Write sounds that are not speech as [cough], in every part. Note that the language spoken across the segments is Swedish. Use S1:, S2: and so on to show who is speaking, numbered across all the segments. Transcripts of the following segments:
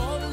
S1: [gasps]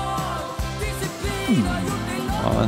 S1: Mm. Ja,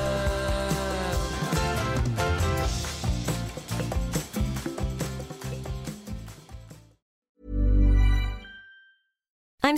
S2: I'm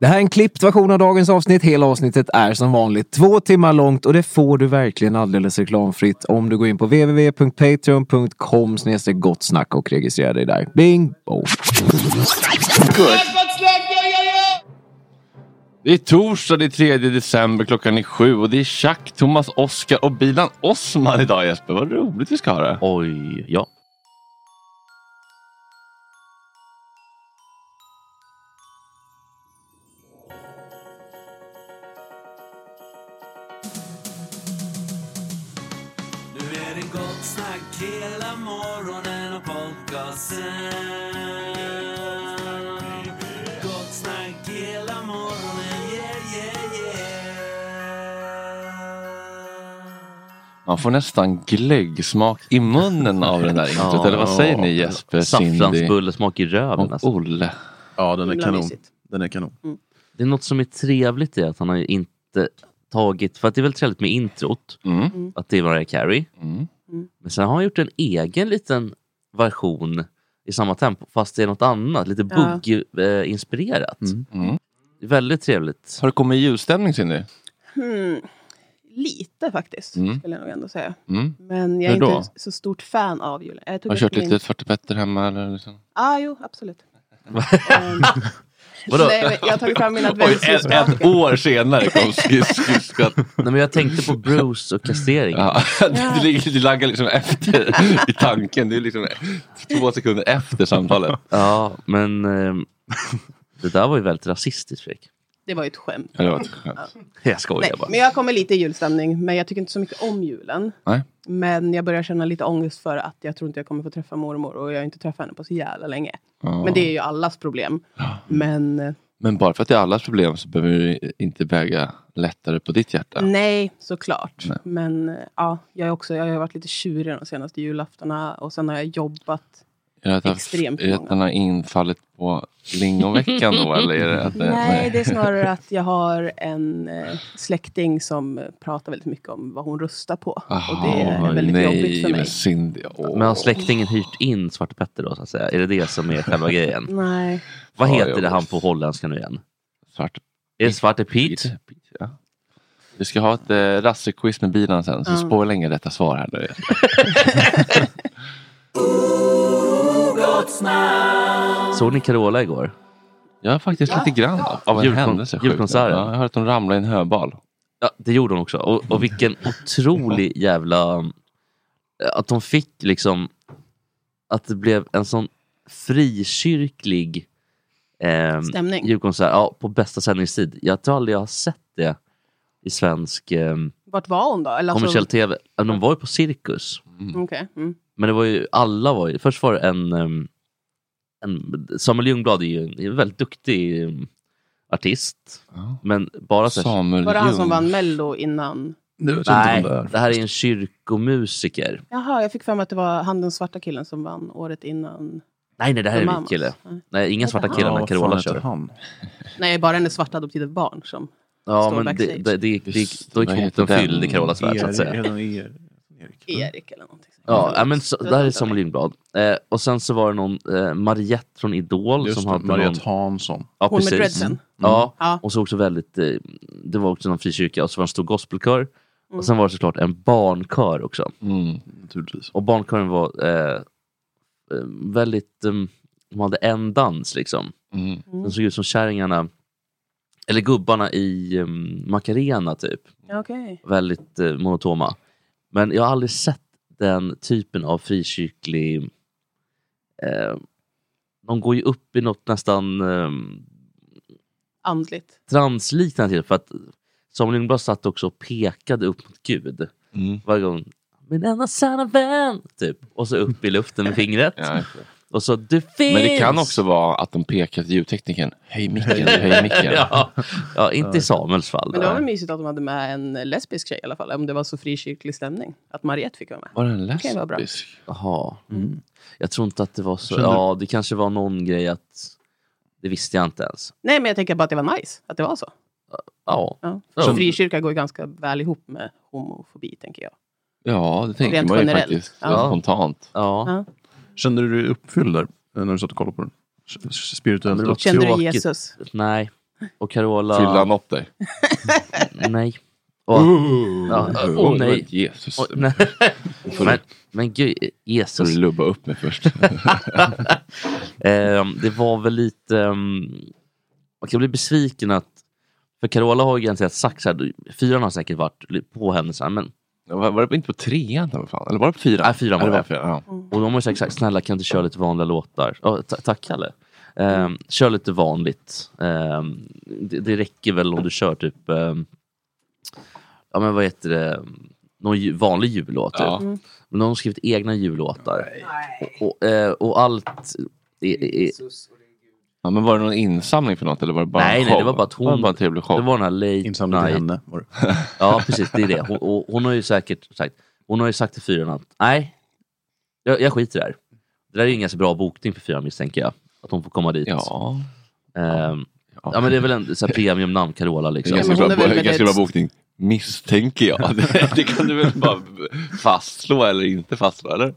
S3: Det här är en klippt version av dagens avsnitt. Hela avsnittet är som vanligt två timmar långt och det får du verkligen alldeles reklamfritt om du går in på www.patreon.com gott snack och registrerar dig där. Bing! Boom.
S1: Det är torsdag det är 3 december klockan är sju och det är Chuck, Thomas, Oskar och bilan Osman idag Jesper. Vad roligt vi ska ha det. Oj, ja.
S4: Gotsnack hela morgonen och podcasten. Gotsnack hela morgonen, yeah, yeah, yeah.
S5: Man får nästan glöggsmak i munnen av
S6: [laughs]
S5: den där introt. Eller vad säger ni Jesper, Cindy
S6: Saffransbullesmak i röven.
S5: och
S6: Alltså.
S5: Olle?
S7: Ja, den är
S8: Himla
S7: kanon.
S8: mysigt. Mm.
S7: Den är kanon.
S6: Det är något som är trevligt i att han har ju inte tagit, för att det är väl trevligt med introt,
S5: Mm.
S6: att det är Mariah Carey.
S5: Mm.
S6: Men sen har han gjort en egen liten version i samma tempo, fast det är något annat, lite
S8: Ja.
S6: bugg-inspirerat.
S5: Mm.
S6: Väldigt trevligt.
S5: Har du kommit i julstämning Cindy?
S8: Hmm. Lite faktiskt,
S5: Mm.
S8: skulle jag nog ändå säga.
S5: Mm.
S8: Men jag är
S5: Hur då?
S8: inte så stort fan av julen. Jag tog
S5: Har du
S8: upp
S5: kört
S8: min-
S5: lite 40 Petter hemma? Eller liksom?
S8: Ah, jo,
S5: [laughs]
S8: absolut. Ehm,
S6: Vadå?
S8: Nej, men jag har tagit fram min
S5: Oj, ett, ett
S8: adventsljusstake.
S5: år senare kom skridskoskatt.
S6: Nej, men jag
S5: [laughs]
S6: tänkte på Bruce och kastrering.
S5: Ja, det, ligger- det laggar liksom efter i tanken. Det är liksom två sekunder efter samtalet.
S6: [laughs] Ja, men
S5: [laughs]
S6: ehm, det där var ju väldigt rasistiskt Fredrik.
S8: Det var ju ett skämt.
S5: Ja, det var ett skämt.
S6: [laughs] Jag
S8: Nej,
S6: skojar bara.
S8: men jag kommer lite i julstämning, men jag tycker inte så mycket om julen.
S5: Nej.
S8: Men jag börjar känna lite ångest för att jag tror inte jag kommer få träffa mormor och jag har inte träffat henne på så jävla länge.
S5: Ja.
S8: Men det är ju allas problem. Men eh,
S5: Men bara för att det är allas problem så behöver du inte väga lättare på ditt hjärta.
S8: nej, såklart.
S5: Nej.
S8: Men eh, ja, jag, är också, jag har ju varit lite tjurig de senaste julaftonarna och sen har jag jobbat.
S5: Är det att,
S8: Extremt
S5: är det att
S8: många.
S5: den har infallit på lingonveckan då? Eller är det att det,
S8: Nej, det är snarare att jag har en eh, släkting som eh, pratar väldigt mycket om vad hon röstar på. och det är
S5: Aha,
S8: väldigt
S5: nej,
S8: jobbigt för mig.
S5: men Cindy. åh.
S6: Men har släktingen hyrt in Svarte Petter då så att säga? Är det det som är själva grejen?
S8: [laughs] Nej.
S6: Vad
S5: Ja,
S6: heter
S5: jag
S6: det han
S5: vet.
S6: på holländska nu igen?
S5: Svart
S6: Är det Svarte Pete?
S5: Pete. Pete, Ja. Vi ska ha ett eh, rassequiz med bilen sen, så
S8: Ja.
S5: spoila inga rätta svar här nu.
S8: [laughs]
S6: Såg ni Carola igår?
S5: Ja, faktiskt lite grann av en
S6: Julkon-
S5: händelse. sjukt nog.
S6: julkonserten.
S5: Ja, jag hörde att hon ramlade i en höbal.
S6: Ja, det gjorde hon också. Och,
S5: [laughs]
S6: och vilken otrolig jävla... eh, Att hon fick liksom... Att det blev en sån frikyrklig ehm,
S8: Stämning.
S6: julkonsert. Ja, på bästa sändningstid. Jag tror aldrig jag har sett det i svensk ehm,
S8: Vart var hon då? Eller alltså-
S6: kommersiell tv. Ja, De var ju på Cirkus.
S8: Okej, mm.
S6: Men det var ju, alla var ju... Först var det en... ehm, en Samuel Ljungblad är ju en, är en väldigt duktig ehm, artist. Men bara så här,
S5: Samuel
S8: Var det han som
S5: Ljung.
S8: vann Mello innan?
S6: Nej, det här är en kyrkomusiker.
S8: Jaha, jag fick för mig att det var han den svarta killen som vann året innan.
S6: Nej, nej, det här är
S8: The
S6: en vit
S8: Mamas.
S6: kille.
S8: Nej.
S6: Nej, inga svarta killar när
S7: vad fan
S6: Carola
S7: heter
S6: kör.
S7: han?
S8: Nej, bara hennes svarta adoptivbarn barn som...
S6: Ja,
S8: Står
S6: men det,
S8: backstage.
S6: det, det, det,
S5: Visst,
S6: då är
S5: vad heter
S6: kvoten
S5: den?
S6: fylld i Carolas värld, så att säga.
S8: Erik eller någonting. sånt.
S6: Ja, ja, men så,
S8: Det
S6: det här är
S8: väntar
S6: Samuel
S8: vi.
S6: Lindblad. Eh, och sen så var det någon eh, Mariette från Idol
S7: Just
S6: som
S7: det,
S6: hade någon...
S7: Mariette Hansson.
S6: Ja,
S8: Hon med
S6: precis. Mm.
S8: dreadsen. Mm.
S6: Ja,
S8: Ja.
S6: och så också väldigt... Eh, det var också någon frikyrka och så var det en stor gospelkör. Och
S8: Mm.
S6: sen var det såklart en barnkör också.
S5: Mm.
S7: Naturligtvis.
S6: Och barnkören var eh, eh, väldigt... Eh, de hade en dans liksom.
S5: Mm.
S6: De såg ut som kärringarna, eller gubbarna i um, Macarena typ.
S8: Ja, Okej.
S6: Väldigt eh, monotoma. Men jag har aldrig sett den typen av frikyrklig... Eh, de går ju upp i något nästan eh,
S8: Andligt.
S6: transliknande till för att Samuel Lindblad satt också och pekade upp mot Gud.
S5: Mm.
S6: Varje gång. Min enda sanna vän! Typ. Och så upp i luften med fingret.
S5: Ja,
S6: Och så du finns!
S5: men det kan också vara att de pekar till ljudtekniken. Höj micken,
S6: [laughs]
S5: höj micken.
S6: ja, ja, inte i Samuels fall.
S8: Men det var
S6: Nej.
S8: väl mysigt att de hade med en lesbisk tjej i alla fall. Om det var så frikyrklig stämning. Att Mariette fick vara med.
S5: Var den
S8: kan ju vara bra.
S5: lesbisk?
S6: Jaha. mm. Jag tror inte att det var så. Ja, det kanske var någon grej att... Det visste jag inte ens.
S8: Nej, men jag tänker bara att det var nice att det var så.
S6: Ja.
S8: Ja.
S6: Ja.
S8: Så Frikyrka går ju ganska väl ihop med homofobi, tänker jag. [laughs]
S5: Ja, det tänker
S8: Rent
S5: man ju
S8: generellt.
S5: faktiskt.
S6: Ja.
S5: Spontant.
S6: ja.
S8: Ja.
S7: Kände du dig uppfylld där? eh, När du satt och kollade på den? S- s- Spirituellt?
S6: Ja,
S7: upp?
S6: men Vad
S8: Kände du
S6: tråkigt.
S8: Jesus?
S6: Nej. Och
S5: Fyllde
S6: Carola...
S5: han upp dig?
S6: [laughs] Nej. Och, ja, och
S5: Oj,
S6: nej.
S5: men Jesus.
S6: Och,
S5: [laughs]
S6: nej. Men, men gud,
S5: Får
S6: Jesus.
S5: du lubba upp mig först.
S6: [laughs] Ehm, det var väl lite... ehm, man kan bli besviken att... För Carola har ju egentligen sagt så här, fyran har säkert varit på henne så här, men
S5: var, var det inte på trean? Då, fan? Eller var det på fyran?
S6: Nej, fyran var
S5: Ja,
S6: det.
S5: fyran, ja.
S6: Och de har ju sagt så här, snälla kan du köra lite vanliga låtar? Ja, ta- tack Kalle. Ehm, kör lite vanligt. Ehm, det, det räcker väl om du kör typ, ehm, ja men vad heter det, någon ju, vanlig jullåt. Typ.
S5: Ja.
S6: Men de har skrivit egna jullåtar. Och, och, eh, och allt... är- är-
S1: Ja, men var det någon insamling för något eller var det bara
S6: nej,
S1: en
S6: nej,
S1: show?
S6: det var bara att hon...
S1: Var det bara en trevlig show?
S6: Det var den här late
S1: Insamling till
S6: night.
S1: henne, var det.
S6: ja, precis. Det är det. Hon, och hon har ju säkert sagt, hon har ju sagt till fyran att nej, jag, jag skiter i det här. Det där är ju en ganska bra bokning för fyran misstänker jag. Att hon får komma dit.
S1: Ja.
S6: Ehm, ja. men det är väl en så här, premiumnamn Carola
S1: Det är
S6: liksom.
S1: ganska, bra, bo- ganska bra bokning. Misstänker [laughs] jag. Det, det kan du väl bara fastslå eller inte fastslå, eller?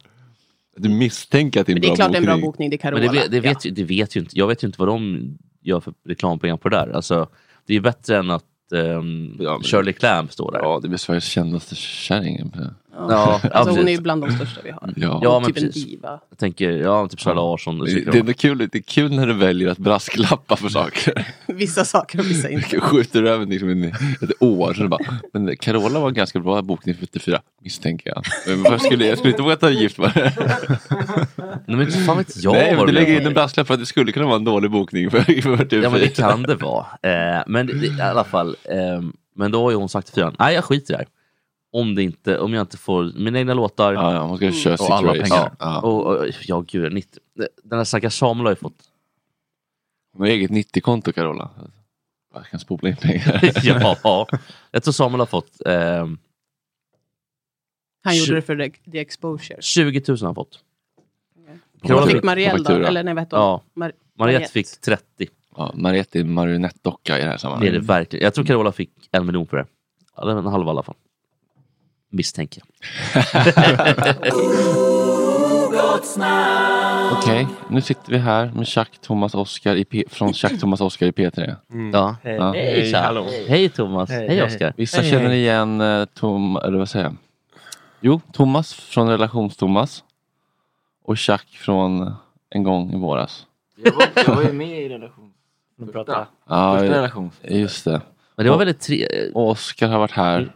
S1: Du misstänker att det är
S8: Men
S1: en
S8: det är
S1: bra
S8: klart det är
S1: bokning.
S8: en bra bokning, det är Carola.
S6: Men det, vet- det, vet, ju- det vet ju inte, jag vet ju inte vad de gör för reklampengar på det där. Alltså, det är ju bättre än att ehm, Shirley Clamp står där.
S1: Ja, det är väl Sveriges kändaste kärring. Ja,
S6: [laughs] ja,
S8: alltså, hon är
S6: precis.
S8: ju bland de största vi har.
S1: [laughs] Ja.
S6: Ja,
S8: Och
S6: men
S8: typ en
S6: precis.
S8: diva.
S6: Jag tänker, ja, typ Sara Larsson. och
S1: Det,
S6: säkert
S1: det, är
S6: de-
S1: ändå kul, det är kul när du väljer att brasklappa för saker.
S8: Vissa saker och vissa inte.
S1: [laughs] Skjuter över liksom en, ett år. Så bara, men Carola var en ganska bra bokning för 74, misstänker jag. Men varför skulle, jag skulle inte våga ta det gift med det.
S6: [laughs] Nej, men fan vet jag
S1: Nej, men
S6: vad
S1: du
S6: de
S1: lägger
S6: gör.
S1: in en brasklapp för att det skulle kunna vara en dålig bokning. För, för typ.
S6: Ja men det kan det vara. Eh, men det, i alla fall, ehm, men då har ju hon sagt till fyran, nej jag skiter i det här. Om, det inte, om jag inte får mina egna låtar.
S1: Ja, ja, hon ska köra
S6: och alla
S1: Situation.
S6: pengar.
S1: Ja.
S6: Och, och, ja gud, 90. den här stackars Samuel har ju fått
S1: Hon har eget 90-konto Carola. Jag kan spola in pengar.
S6: [laughs]
S1: [laughs]
S6: ja, jag tror Samuel har fått ehm,
S8: Han gjorde
S6: Tju-
S8: det för the, the exposure.
S6: 20 000 har han fått.
S8: Vad
S6: Carola-
S8: fick Marielle då? Eller nej, vad hette hon?
S6: Ja.
S8: Mar-
S6: Mariette fick 30.
S1: Ja, Mariette är en marionettdocka i det här
S6: Det är
S1: sammanhanget.
S6: det verkligen. Jag tror Carola fick en miljon för det. Eller en halv i alla fall.
S1: [laughs]
S6: Misstänker jag.
S1: Okej, nu sitter vi här med Chuck Thomas Oscar i P- från Chuck Thomas Oscar i P3.
S6: Ja.
S1: Hej.
S6: Ja.
S1: Hej,
S6: Tja.
S1: hallå.
S6: Hej Thomas. Hej, Oskar.
S1: Vissa känner igen eh, Tom, eller vad säger jag? Jo, Thomas från Relations-Thomas. Och Chuck från En gång i våras.
S9: Jag var, jag var ju med i relation. Nu pratar
S1: Ja,
S9: Första
S1: eh,
S9: relations.
S1: Just det.
S6: Men det var
S1: Och-
S6: väldigt tre...
S1: Och Oscar har varit här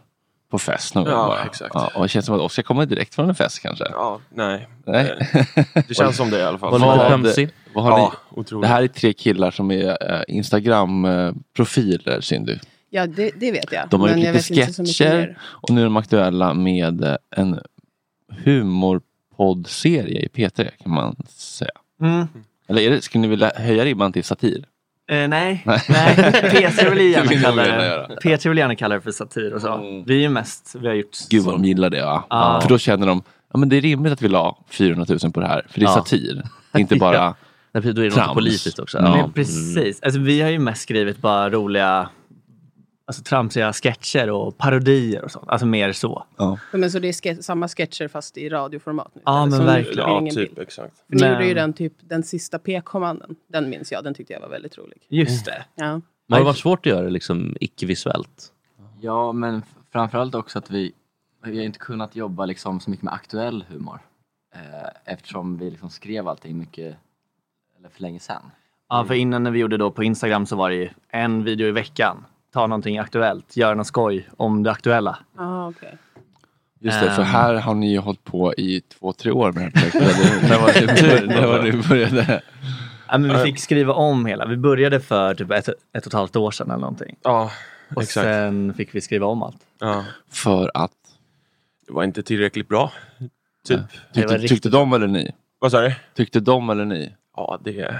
S1: på fest någon gång
S9: Ja,
S1: bara.
S9: exakt.
S1: Ja, och det känns som att Oscar kommer direkt från en fest kanske.
S9: Ja, nej.
S1: Nej.
S10: Eh,
S1: [laughs]
S9: Det känns som det i alla fall.
S1: Vad-
S9: Men-
S1: vad- vad har
S9: Ja,
S1: ni?
S9: otroligt.
S1: Det här är tre killar som är eh, Instagram-profiler, Cindy.
S8: Ja, det, det vet jag.
S1: De har
S8: Men
S1: gjort
S8: jag
S1: lite
S8: vet inte så mycket
S1: sketcher
S8: mer.
S1: och nu är de aktuella med eh, en humorpoddserie i P3 kan man säga.
S9: Mm.
S1: Eller är det, skulle ni vilja höja ribban till satir?
S9: Eh, nej, [laughs]
S1: Nej.
S9: nej. P3 vill ju
S1: Det
S9: gärna
S1: skulle
S9: kalla
S1: jag vilja
S9: det.
S1: göra. Mm.
S9: P3 vill gärna kalla det för satir och så. Vi är ju mest, vi har gjort...
S1: [laughs] Gud vad de gillar det ja.
S9: Ja.
S1: För då känner de, ja men det är rimligt att vi la 400 000 på det här. För det är
S9: Ja.
S1: satir. Det är inte bara
S9: Ja.
S6: Nej, precis, då är det något
S1: trams.
S6: politiskt också.
S1: Ja. Mm.
S9: Men precis. Alltså, vi har ju mest skrivit bara roliga, alltså tramsiga sketcher och parodier och sånt. Alltså mer så.
S8: Ja, Men så det är ske- samma sketcher fast i radioformat nu?
S9: Ja,
S8: eller?
S9: men
S8: Så nu
S9: verkligen.
S8: blir det
S9: Ja,
S8: ingen
S9: typ,
S8: bild.
S9: exakt.
S8: Ni
S9: Men-
S8: gjorde ju den, typ, den sista P-kommanden. Den minns jag, den tyckte jag var väldigt rolig.
S9: Just det.
S8: Ja.
S6: Men har det varit svårt att göra det liksom icke-visuellt?
S9: Ja, men
S11: Framförallt också att vi, vi har inte kunnat jobba liksom så mycket med aktuell humor. Eh, eftersom vi liksom skrev allting mycket, eller för länge sedan.
S9: Ja, för innan när vi gjorde då på Instagram så var det ju en video i veckan. Ta någonting aktuellt, göra något skoj om det aktuella.
S8: Ah, okej.
S1: Just det, för
S9: Ehm.
S1: här har ni ju hållit på i två, tre år med det här projektet. När var
S9: [laughs]
S1: det- när var det började?
S9: Typ. Ja, men vi fick skriva om hela. Vi började för typ ett, ett och ett halvt år sedan eller någonting. Ja, och
S10: exakt.
S9: sen fick vi skriva om allt.
S1: [laughs] För att?
S10: Det var inte tillräckligt bra. Typ.
S9: Det var
S1: Tyckte,
S9: riktigt-
S1: tyckte de eller ni?
S10: Vad sa du?
S1: Tyckte de eller ni?
S10: Ja, det, eh,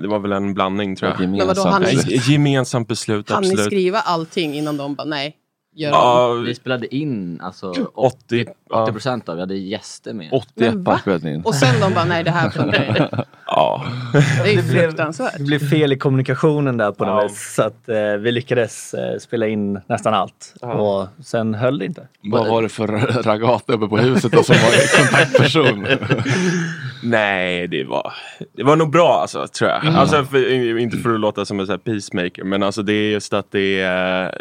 S10: det var väl en blandning tror jag.
S1: Ett
S8: Men vadå, han-
S10: beslut. Ett gemensamt beslut,
S8: Hann ni
S10: absolut.
S8: skriva allting innan de bara, nej, gör om?
S10: Ja,
S11: Vi spelade in alltså
S10: 80
S11: 80 procent av, vi hade gäster med.
S1: 81 par spelningar.
S8: Och sen de bara, nej
S11: [laughs]
S8: det här funkar inte.
S10: Ja.
S8: Det är ju
S9: Det blev-
S8: fruktansvärt.
S9: Det blev fel i kommunikationen där på något vis. Så att eh, vi lyckades eh, spela in nästan allt. Och sen höll det inte.
S1: Vad var det för [laughs] ragata uppe på huset då som var kontaktperson?
S10: [laughs] Nej, det var, det var nog bra alltså, tror jag. Alltså, för, inte för att låta som en så här peacemaker, men alltså, det är just att det är,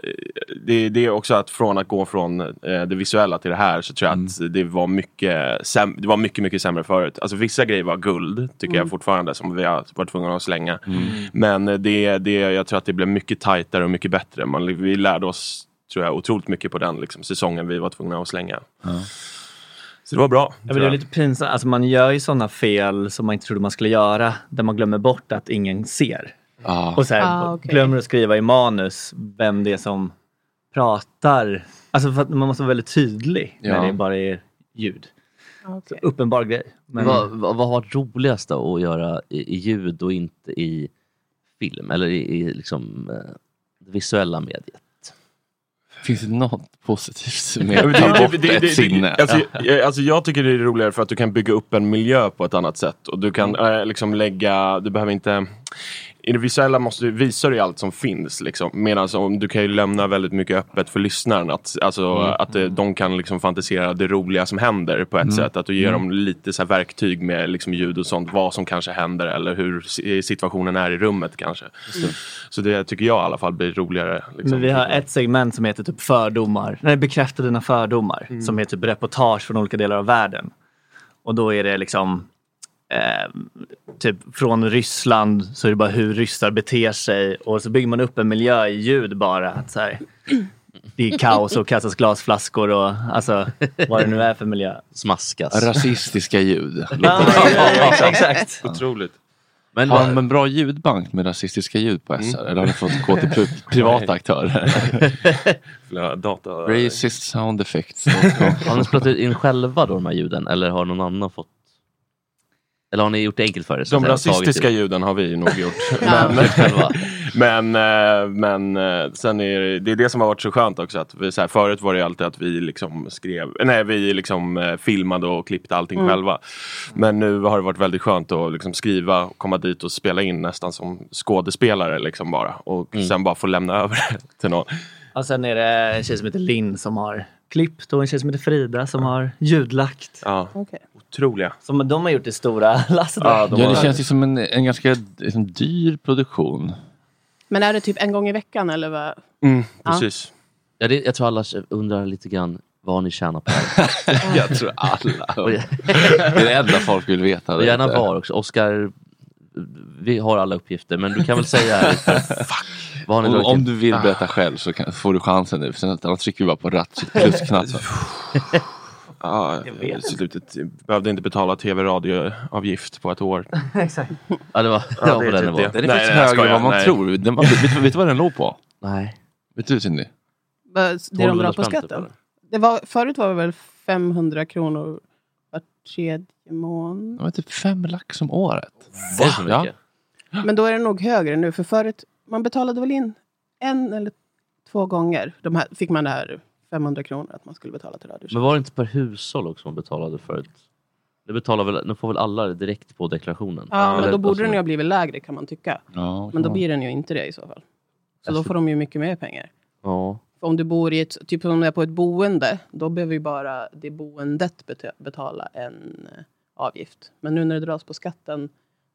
S10: det, det är också att från att gå från eh, det visuella till det här så tror jag att det var mycket, säm- det var mycket, mycket sämre förut. Alltså, vissa grejer var guld, tycker
S7: Mm.
S10: jag fortfarande, som vi har varit tvungna att slänga. Men eh, det, det, jag tror att det blev mycket tajtare och mycket bättre. Man, vi lärde oss, tror jag, otroligt mycket på den liksom, säsongen vi var tvungna att slänga.
S6: [laughs]
S10: Så det var bra.
S9: Ja, men
S10: tror
S9: det är
S10: jag.
S9: lite pinsamt. Alltså, man gör ju sådana fel som man inte trodde man skulle göra. Där man glömmer bort att ingen ser. Och så här,
S8: Ah, okej.
S9: glömmer att skriva i manus vem det är som pratar. Alltså för att man måste vara väldigt tydlig
S1: Ja.
S9: när det bara är ljud.
S8: Ah,
S9: Så uppenbar grej. Men
S6: Vad, vad, vad har varit roligast då att göra i, i ljud och inte i film? Eller i, i liksom, eh, det visuella mediet?
S1: Finns det något
S10: [laughs]
S1: positivt
S10: Ja,
S1: med
S10: men
S1: att ta
S10: det-
S1: bort
S10: det- det-
S1: ett
S10: det-
S1: sinne?
S10: Alltså,
S1: Ja.
S10: jag, alltså jag tycker det är roligare för att du kan bygga upp en miljö på ett annat sätt. Och du kan
S1: Mm.
S10: eh, liksom lägga, du behöver inte... I det visuella måste du, visar du ju allt som finns. Liksom. Medan om, du kan ju lämna väldigt mycket öppet för lyssnaren. Att, alltså,
S1: Mm.
S10: att eh, de kan liksom fantisera det roliga som händer på ett
S1: Mm.
S10: sätt. Att du ger
S1: Mm.
S10: dem lite så här verktyg med liksom, ljud och sånt. Vad som kanske händer eller hur si- situationen är i rummet kanske.
S9: Just det.
S10: Så det tycker jag i alla fall blir roligare. Liksom.
S9: Men vi har ett segment som heter typ fördomar, nej bekräfta dina fördomar, som är typ reportage från olika delar av världen. Och då är det liksom eh, typ från Ryssland så är det bara hur ryssar beter sig och så bygger man upp en miljö i ljud bara. Att så här, det är kaos och kastas glasflaskor och alltså vad det nu är för miljö.
S6: Smaskas.
S1: Rasistiska [laughs] ljud.
S9: Ja, ja, ja,
S1: [laughs]
S9: exakt, exakt.
S10: Otroligt.
S1: Men
S6: Men
S1: har
S6: vad-
S1: de en bra ljudbank med rasistiska ljud på SR?
S10: Mm.
S1: Eller har de fått gå till pri
S10: [laughs]
S1: privata
S10: Nej.
S1: aktörer?
S10: Flera data...
S1: Racist
S6: [laughs]
S1: sound effects.
S6: Har ni spelat in själva då de här ljuden eller har någon annan fått? Eller har ni gjort det enkelt för er? så att
S10: De
S6: säga, och tagit
S10: rasistiska
S6: det?
S10: ljuden har vi
S6: [laughs]
S10: nog gjort.
S6: Ja.
S10: men,
S6: Själva.
S10: [laughs] men, eh, men eh, sen är det, det är det som har varit så skönt också. Att vi, så här, förut var det ju alltid att vi liksom skrev, nej vi liksom eh, filmade och klippte allting
S1: Mm.
S10: själva. Men nu har det varit väldigt skönt att liksom skriva, och komma dit och spela in nästan som skådespelare liksom bara. Och
S6: Mm.
S10: sen bara få lämna över [laughs] det till någon.
S9: Och sen är det en tjej som heter Linn som har klippt och en tjej som heter Frida som har ljudlagt.
S10: Ja. Otroliga.
S9: Som de har gjort det stora [laughs] lasset.
S1: Ja, det känns ju som en, en ganska liksom, dyr produktion.
S8: Men är det typ en gång i veckan eller vad?
S9: Mm.
S8: Ja. precis.
S6: Ja, det, jag tror alla undrar lite grann vad ni tjänar på.
S1: jag tror alla.
S6: [laughs]
S1: Det är det enda folk vill veta.
S6: Och gärna
S1: Lite.
S6: var också. Oskar, vi har alla uppgifter men du kan väl säga här. Vad har ni
S1: Om,
S6: dragit
S1: om
S6: in?
S1: du vill
S6: Ah.
S1: berätta själv så kan, får du chansen nu. Sen, annars trycker vi bara på ratchet
S10: [laughs]
S1: plus-knappen.
S10: Ja, jag slutet, behövde inte betala tv-radioavgift på ett [laughs] år.
S9: Exakt.
S6: Ja, det var,
S10: Ja, det är typ det.
S1: Den
S10: Nej,
S1: är faktiskt
S10: nej, jag
S1: högre än
S10: skojar.
S1: vad man
S10: Nej.
S1: tror.
S10: [laughs]
S1: Den, man, vet, vet du vad den låg på?
S6: Nej.
S1: Vet du Cindy?
S8: Vad- Det de drar på
S1: 1250
S9: typ,
S8: skatten? Det var, förut var det väl 500 kronor var tredje månad?
S1: Det var typ fem lax om året.
S6: Va? så mycket?
S1: Ja.
S8: Men då är det nog högre nu, för förut man betalade väl in en eller två gånger. De här, fick man det här 500 kronor att man skulle betala till radio.
S6: Men var det inte per hushåll också man betalade förut? Det betalar väl, nu får väl alla det direkt på deklarationen?
S8: Ja, men
S6: Eller-
S8: då borde den ju
S6: alltså-
S8: ha blivit lägre kan man tycka.
S1: Ja,
S8: Men då blir den ju inte det i så fall. Så då
S6: Alltså-
S8: får de ju mycket mer pengar.
S6: Ja.
S8: För om du bor i ett, typ om du är på ett boende, då behöver ju bara det boendet bete- betala en eh, avgift. Men nu när det dras på skatten,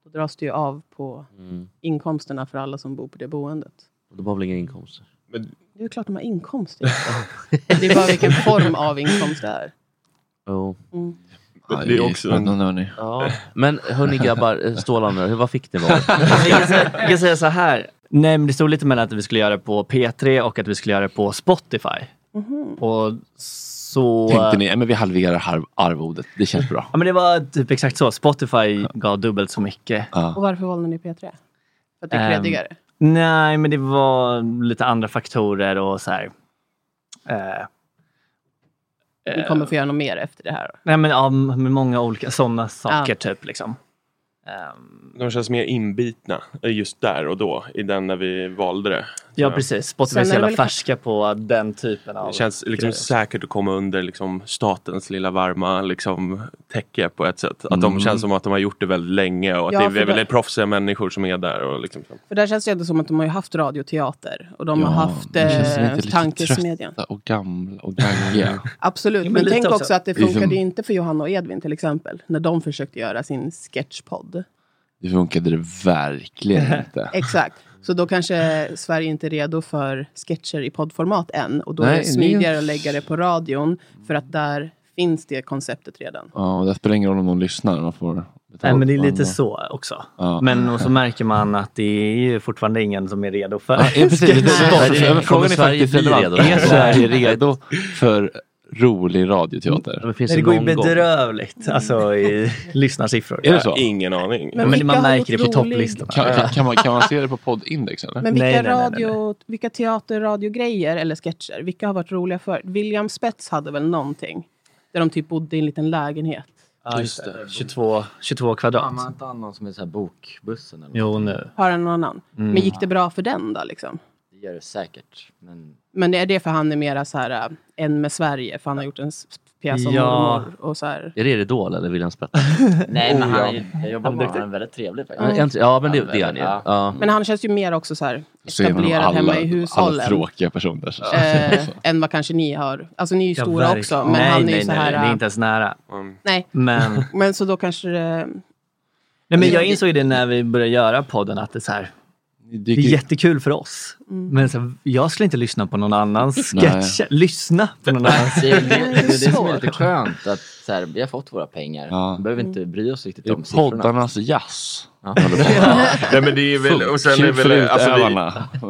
S8: då dras det ju av på
S6: Mm.
S8: inkomsterna för alla som bor på det boendet.
S6: De har väl inga inkomster?
S8: Det är ju klart de har inkomster. det är bara vilken form av inkomst det är.
S6: Jo.
S8: Mm.
S1: Det är också spännande hörni.
S6: Ja. Men hörni
S8: [laughs]
S6: grabbar, eh, Stålhammer, hur- vad fick ni var?
S9: jag, kan säga, jag kan säga så här. Nej, men det stod lite mellan att vi skulle göra det på P3 och att vi skulle göra det på Spotify.
S8: Mhm.
S9: Och så...
S1: Tänkte ni, "Nej, men vi halverar harv, arvodet. Det känns bra.
S9: Ja, men det var typ exakt så. Spotify gav dubbelt så mycket.
S8: Och varför valde ni P3? För att det är
S9: Ehm,
S8: kreddigare?
S9: Nej, men det var lite andra faktorer och så här. Eh,
S8: Ni kommer få göra något mer efter det här.
S9: nej, men ja, m- med många olika sådana saker typ liksom. Ehm.
S10: De känns mer inbitna eh, just där och då, i den när vi valde det.
S9: Ja,
S10: Så-
S9: precis. Spotify är så
S10: Sen är det
S9: jävla
S10: väl-
S9: färska på den typen av...
S10: Det känns liksom
S9: grejer.
S10: säkert att komma under liksom statens lilla varma liksom, täcke på ett sätt. Att de
S1: Mm.
S10: känns som att de har gjort det väldigt länge och att
S8: Ja,
S10: det är
S8: för det-
S10: väldigt proffsiga människor som är där. Och liksom, så.
S8: För där känns det ju ändå som att de har ju haft radioteater och de
S1: Ja,
S8: har haft
S1: men känns det inte
S8: eh,
S1: lite
S8: tankesmedjan.
S1: trötta Och gamla och gaggiga.
S8: Absolut,
S9: Ja,
S8: men,
S9: men lite
S8: tänk också.
S9: också.
S8: att det
S1: Det är som-
S8: funkade ju inte för Johanna och Edvin till exempel, när de försökte göra sin sketchpodd.
S1: Det funkade det
S8: [laughs]
S1: verkligen inte.
S8: Exakt. Så då kanske Sverige inte är redo för sketcher i poddformat än. Och då är
S1: Nej,
S8: det
S1: det är-
S8: smidigare att lägga det på radion, för att där finns det konceptet redan.
S1: Ja, och det spelar ingen roll om någon lyssnar. Man får
S9: Nej, men det är lite
S1: Ja.
S9: så också.
S1: Ja.
S9: Men och så märker man att det är ju fortfarande ingen som är redo för
S1: Ja, ja,
S9: [laughs]
S1: precis. Det är därför-
S9: sketch.
S1: men Frågan är faktiskt
S9: [laughs]
S1: relevant. Är Sverige redo för rolig radioteater?
S9: Men det går ju bedrövligt alltså, [laughs] i lyssnarsiffror.
S1: Är det så?
S10: Ingen aning.
S8: Men
S9: Men,
S8: vilka
S9: man
S8: har
S9: märker det
S8: gjort
S9: på
S8: rolig-
S9: topplistorna.
S1: Kan, kan, kan, man, kan man se det på poddindex? Eller?
S8: Men vilka, radio, vilka teater, radiogrejer eller sketcher, vilka har varit roliga för? William Spets hade väl någonting? Där de typ bodde i en liten lägenhet.
S9: Ja, just det. 22, 22 kvadrat.
S11: Har man inte annan som är så här bokbussen? Eller
S9: Jo,
S11: något?
S9: nu.
S8: Har han någon annan?
S9: Mm.
S8: Men gick det bra för den då liksom?
S11: Det gör det säkert. Men
S8: Men är det för han är mera så här, äh, en med Sverige? För han har gjort en s- pjäs om
S6: Ja.
S8: Alltså, mormor och så här.
S6: Är det Idol eller William Spettar?
S11: Nej, men
S6: Oh,
S11: han är
S6: ja.
S11: ju- jag jobbar med honom. Han är väldigt trevlig faktiskt.
S6: Ja, egentligen- Ja, men det, det är han ju. Ja.
S8: Men han känns ju mer också så här
S6: Så är man
S8: etablerad
S6: alla-
S8: hemma i hushållen.
S6: alla
S1: tråkiga personer. så-
S8: Eh, än vad kanske ni har. Alltså ni är ju
S9: Ja,
S8: stora
S9: verkligen.
S8: också. Men
S9: nej,
S8: han är ju
S9: nej,
S8: så
S9: nej,
S8: här.
S9: nej, det är
S8: äh,
S9: inte ens nära.
S8: Nej.
S9: Men,
S8: [laughs] Men så då kanske det...
S9: nej, men jag insåg det när vi började göra podden att det är så här, det är jättekul för oss.
S8: Mm.
S9: Men så här, jag skulle inte lyssna på någon annans
S11: Nej.
S9: sketch. Lyssna på någon
S11: Men
S9: annans.
S11: [laughs] det är det, det, är det som är lite skönt. Att, så här, vi har fått våra pengar.
S1: Ja.
S11: Vi behöver inte bry oss riktigt
S1: Det är
S11: om siffrorna.
S1: poddarnas jazz.
S11: Ja.
S10: Nej, men det är väl, och sen är det väl, alltså,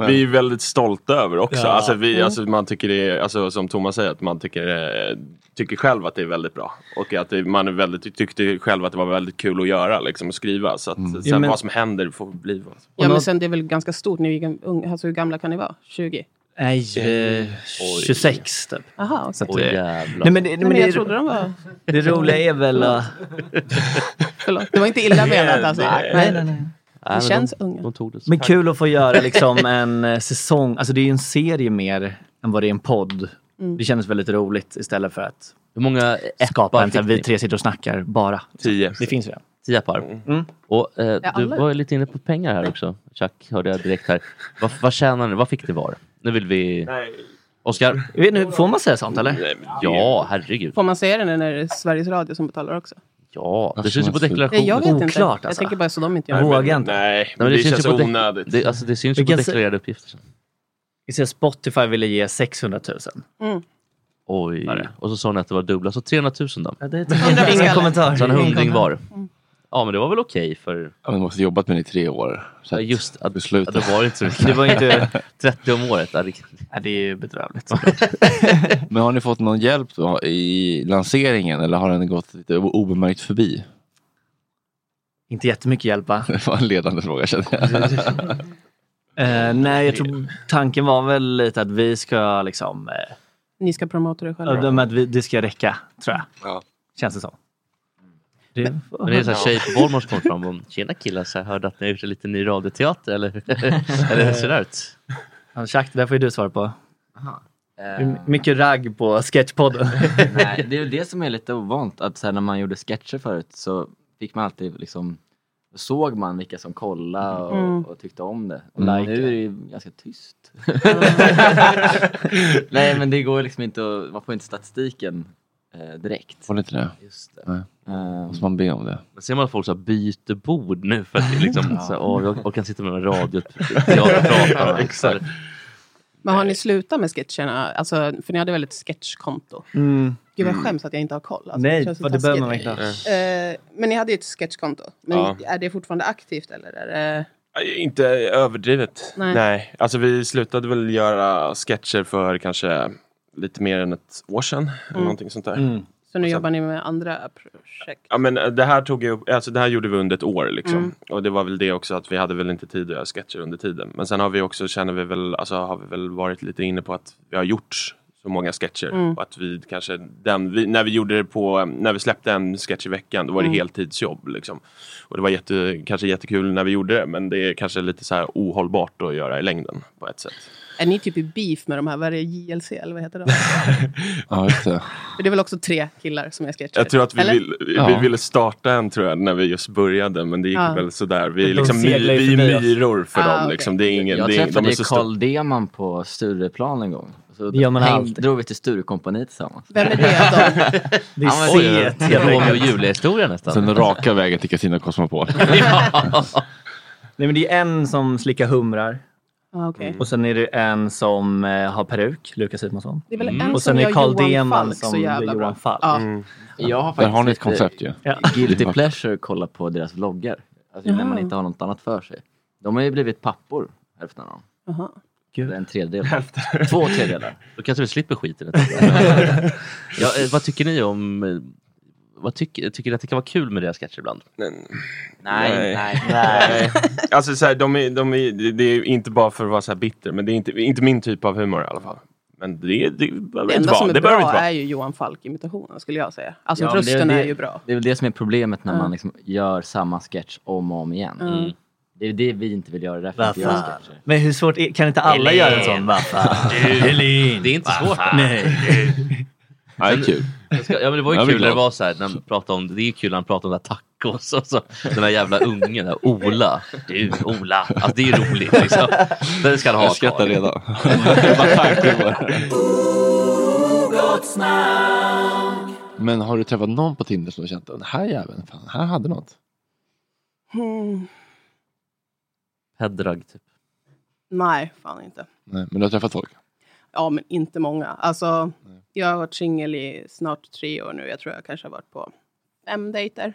S10: vi, vi är väldigt stolta över också.
S1: Ja.
S10: Alltså, vi,
S1: Mm.
S10: alltså, man tycker det är, alltså, som Thomas säger, att man tycker, eh, tycker själv att det är väldigt bra. Och att det, man är väldigt, tyckte själv att det var väldigt kul att göra, liksom, att skriva. Så att, sen
S8: Ja, men-
S10: vad som händer får bli vad som
S8: Ja men sen det är väl ganska stort. Ni är ju gam- unga. Alltså hur gamla kan ni vara? 20?
S9: Nej, eh, 26 typ.
S8: Aha, okej.
S9: Så att
S8: Oj,
S9: det-
S8: jävlar.
S9: Nej, men det,
S8: Nej,
S9: men
S8: men
S9: det,
S8: jag trodde de var...
S9: det roliga är väl... eh,
S8: Förlåt, det var inte illa menat alltså.
S9: Nej,
S8: Men
S9: nej, nej.
S8: Det känns unga.
S9: Men kul att få göra liksom en eh, säsong. Alltså det är ju en serie mer än vad det är en podd.
S8: Mm.
S9: Det kändes väldigt roligt istället för att Hur många skapa en så här, vi tre sitter och snackar bara.
S10: Tio.
S9: Det finns redan.
S6: Tio appar. Och, eh,
S9: Ja,
S6: du
S9: alla.
S6: var ju lite inne på pengar här också. Chuck hörde jag direkt här. Vad, vad tjänar ni? Vad fick ni var? Nu vill vi... Oskar?
S9: Jag vet inte, får man säga sånt eller?
S6: Ja, herregud.
S8: Får man säga det när det är Sveriges Radio som betalar också?
S6: Ja, det syns ju på deklarationen.
S8: Nej, jag vet inte. Jag tänker bara så de inte gör
S9: Våga alltså. inte.
S10: Nej,
S6: men det
S9: syns
S6: känns
S9: ju på dek-
S6: onödigt. det- alltså, det syns ju på deklarerade uppgifter.
S9: Vi ser Spotify ville ge 600 000.
S8: Mm.
S6: Oj. Och så sa ni att det var dubbla, så 300 000 då.
S9: Ja, det är typ- Inga kommentarer.
S6: Så en hundring var.
S9: Mm.
S6: Ja, men det var väl okej
S9: [laughs]
S6: för...
S1: Ja, men du måste ha jobbat med det i tre år. Så ja, just att
S6: Ja, det var inte så
S1: [laughs]
S6: mycket.
S1: Det
S6: [laughs]
S1: var inte-
S6: 30 om året. Ja, det...
S9: det är ju
S6: [laughs]
S9: bedrövligt.
S1: Men har ni fått någon hjälp då i lanseringen eller har den gått lite obemärkt förbi? [laughs]
S9: Inte jättemycket hjälp
S6: [laughs]
S9: va?
S1: Det var en ledande fråga känner
S9: [laughs]
S1: jag.
S9: Eh, nej, jag tror tanken var väl lite att vi ska liksom... eh,
S8: Ni ska promota det själva.
S9: Ja, men att vi, det ska räcka, tror jag. Känns det som. Det,
S6: Men det är en sån här tjej på Bollmors som kom fram och “Tjena killar, så jag hörde att ni har gjort lite ny radioteater, eller, [laughs] eller hur ser det ut?”
S9: Ja, Jack, det där får ju du svara på.
S11: Eh,
S9: Hur my- mycket ragg på
S8: [laughs]
S9: sketchpodden.
S11: Nej, det är ju det som är lite ovant. Att så här, när man gjorde sketcher förut så fick man alltid liksom då såg man vilka som kollade och,
S9: Mm.
S11: och tyckte om det. Och
S9: Mm.
S11: Nu är det ju ganska tyst. [laughs] Nej men det går liksom inte att, man får inte statistiken eh, direkt.
S1: Får ni inte det?
S11: Just det. Ehm.
S1: Nej. Måste man be om det?
S6: Men ser man att folk så här byter bord nu för att det är liksom, så här, åh, jag, jag kan sitta med
S11: [laughs]
S6: en radioteaterpratare. Exakt.
S8: Men har ni slutat med sketcherna? Alltså, för ni hade väl ett sketchkonto?
S9: Mm.
S8: Gud vad jag
S9: Mm.
S8: skäms att jag inte har koll. Alltså,
S9: Nej,
S8: känns så
S9: vad det behöver man
S8: taskigt.
S9: inte ha.
S8: Eh, men ni hade ju ett sketchkonto. Men
S10: Ja.
S8: är det fortfarande aktivt eller? Är det...
S10: Nej, eh, Inte överdrivet.
S8: Nej.
S10: Nej. Alltså vi slutade väl göra sketcher för kanske lite mer än ett år sedan. eller
S8: Mm.
S10: Någonting sånt där.
S8: Så nu jobbar ni med andra projekt?
S10: Ja, men eh, det, här tog ju, alltså, det här gjorde vi under ett år. Liksom.
S8: Mm.
S10: Och det var väl det också att vi hade väl inte tid att göra sketcher under tiden. Men sen har vi också, känner vi väl, alltså, har vi väl varit lite inne på att vi har gjort så många sketcher.
S8: Mm.
S10: Och att vi kanske, den, vi, när vi gjorde det på, eh, när vi släppte en sketch i veckan, då var det
S8: Mm.
S10: heltidsjobb. Liksom. Och det var jätte, kanske jättekul när vi gjorde det, men det är kanske lite så här ohållbart att göra i längden på ett sätt.
S8: Är ni typ i beef med de här? Vad är det? JLC eller vad heter
S10: [laughs]
S8: de?
S1: Ja, just det.
S8: För det är väl också tre killar som är sketcher?
S10: Jag tror att vi,
S8: Eller?
S10: vill, vi
S8: Ja.
S10: ville starta en tror jag när vi just började men det gick
S8: Ja.
S10: väl sådär. Vi är,
S11: De
S10: liksom, my,
S11: seglar ju
S10: vi är
S11: förbi oss.
S10: myror för
S11: Ah,
S10: dem.
S11: okej.
S10: Liksom. Det är ingen,
S11: Jag
S10: det är, de
S11: träffade
S10: är
S11: ju
S10: så stora.
S11: Carl Deman på Stureplan en gång. Så
S9: Det gör man
S11: häng-
S9: alltid.
S11: drog vi till Sturecompagniet tillsammans.
S8: Vem
S11: [laughs]
S8: är det
S11: då?
S9: Det är C1, helt enkelt.
S6: Julia-historia nästan.
S1: Sen den raka vägen till Casino Cosmopol.
S9: [laughs]
S1: [laughs]
S9: Nej, men det är en som slickar humrar.
S8: Ah, okej.
S9: Och sen är det en som eh, har peruk, Lukas Hudmansson.
S8: Det är väl
S6: Mm.
S8: en
S9: Och sen
S8: som
S9: är
S8: gör
S9: Carl
S8: Johan
S9: Deman
S8: Falk så
S9: som gör
S8: jävla bra.
S9: Johan Falk. Mm.
S8: Ja.
S11: Jag har
S1: Där
S11: faktiskt
S1: har ni ett
S11: lite
S1: koncept ju.
S9: Ja.
S11: Guilty pleasure att kolla på deras vloggar. Alltså när man
S8: Jaha.
S11: inte har något annat för sig. De har ju blivit pappor, hälften av dem.
S8: Jaha.
S11: Eller En tredjedel. Två tredjedelar.
S6: Då kanske vi slipper skiten.
S11: [laughs]
S6: ja, eh, vad tycker ni om... eh, Vad tycker, tycker ni att det kan vara kul med deras sketcher ibland?
S11: Nej,
S10: [laughs]
S11: nej,
S10: nej. alltså så här, de är, de är, det är ju inte bara för att vara så här bitter, men det är inte, inte min typ av humor i alla fall. Men det, det behöver
S8: Det
S10: inte
S8: enda som
S10: vara.
S8: är
S10: Det
S8: bra
S10: behöver inte vara.
S8: är ju Johan Falk-imitationen skulle jag säga. Alltså
S11: Ja, men det
S8: rösten
S11: det,
S8: är ju bra.
S11: Det är väl det som är problemet när
S8: Ja.
S11: man liksom gör samma sketch om och om igen.
S8: Mm.
S11: Det är det vi inte vill göra, därför
S9: Vad
S11: inte jag
S9: fan. Men hur svårt är, kan inte alla
S11: Helene.
S9: göra en sån? Vad fan?
S6: Du.
S9: Helene.
S6: Det är inte
S9: Vad
S6: svårt.
S9: fan? Nej.
S6: Nej,
S9: det är kul.
S6: Jag ska, ja, men det var ju
S9: Jag blir
S6: kul när det
S9: glad.
S6: var så här, när han pratade om, det är kul när han pratade om den där tacos och så, den där jävla ungen, den där Ola. Du, Ola. Alltså det är ju roligt liksom. Den ska han ha
S1: Jag skrattar
S6: kvar. [laughs]
S1: redan.
S6: Bara tanken på
S4: Gott snack.
S1: Men har du träffat någon på Tinder som du känt den här jäveln, fan, här hade något?
S8: Hmm.
S6: Hedrag typ.
S8: Nej, fan inte.
S1: Nej, men du har träffat folk?
S8: Ja, men inte många. Alltså, jag har varit singel i snart tre år nu. Jag tror jag kanske har varit på fem dejter.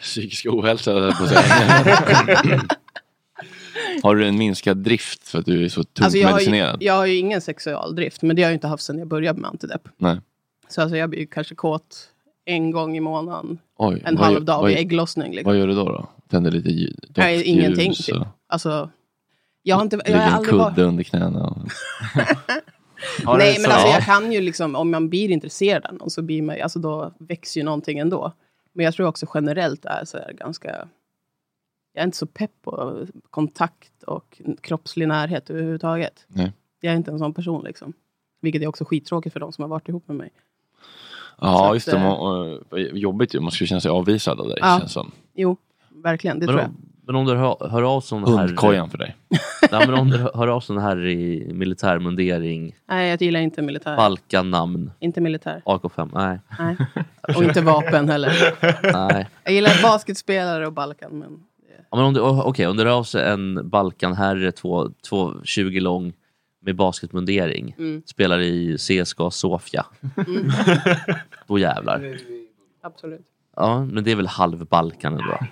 S1: psykiska ohälsa? höll jag på att
S8: [laughs]
S1: säga? har du en minskad drift för att du är så
S10: Typ
S1: tungt
S8: Alltså, jag, har ju,
S1: medicinerad?
S8: jag har ju ingen sexualdrift, men det har jag ju inte haft sedan jag började med antidepp.
S1: Nej.
S8: Så alltså, jag blir ju kanske kåt en gång i månaden.
S1: Oj,
S8: en
S1: vad
S8: halv
S1: gör-
S8: dag
S1: vad
S8: vid
S1: gör-
S8: ägglossning. Liksom.
S1: Vad gör du då? då? Tänder lite ljud,
S8: Nej,
S1: doftljus
S8: ingenting.
S1: och
S8: Typ. Alltså, jag har inte... Jag
S1: lägger
S8: har
S1: en
S8: aldrig
S1: kudde
S8: varit...
S1: under
S8: [laughs]
S1: knäna. Och... Har
S8: Nej,
S1: du
S8: men
S1: så?
S8: alltså
S1: Ja.
S8: jag kan ju liksom, om man blir intresserad av någon så blir man, alltså då växer ju någonting ändå. Men jag tror också generellt är så här ganska, jag är inte så pepp på kontakt och kroppslig närhet överhuvudtaget.
S1: Nej.
S8: Jag är inte en sån person liksom. Vilket är också skittråkigt för de som har varit ihop med mig.
S1: Ja,
S8: att,
S1: just det.
S8: eh,
S1: Man, eh, jobbigt ju. Man skulle känna sig avvisad av dig,
S8: Ja.
S1: känns som.
S8: Jo, verkligen, det
S6: men,
S8: tror
S6: om-
S8: jag.
S6: men om du hör, hör av sån här... [laughs]
S1: Hundkojan för dig.
S6: Nej, men om du hör av sån här i militärmundering,
S8: Nej, jag gillar inte militär.
S6: Balkanamn,
S8: Inte militär.
S6: AK5, nej.
S1: [laughs]
S8: Nej. Och inte vapen heller.
S6: Nej.
S8: Jag gillar basketspelare och Balkan, men
S6: Ja, men om det, okay, om det rör sig en Balkanherre, två- två 20 lång, med basketmundering,
S8: Mm.
S6: spelar i CSKA Sofia.
S8: Mm.
S6: [laughs] Då jävlar.
S8: absolut.
S6: Ja, men det är väl halv Balkan ändå.
S8: Men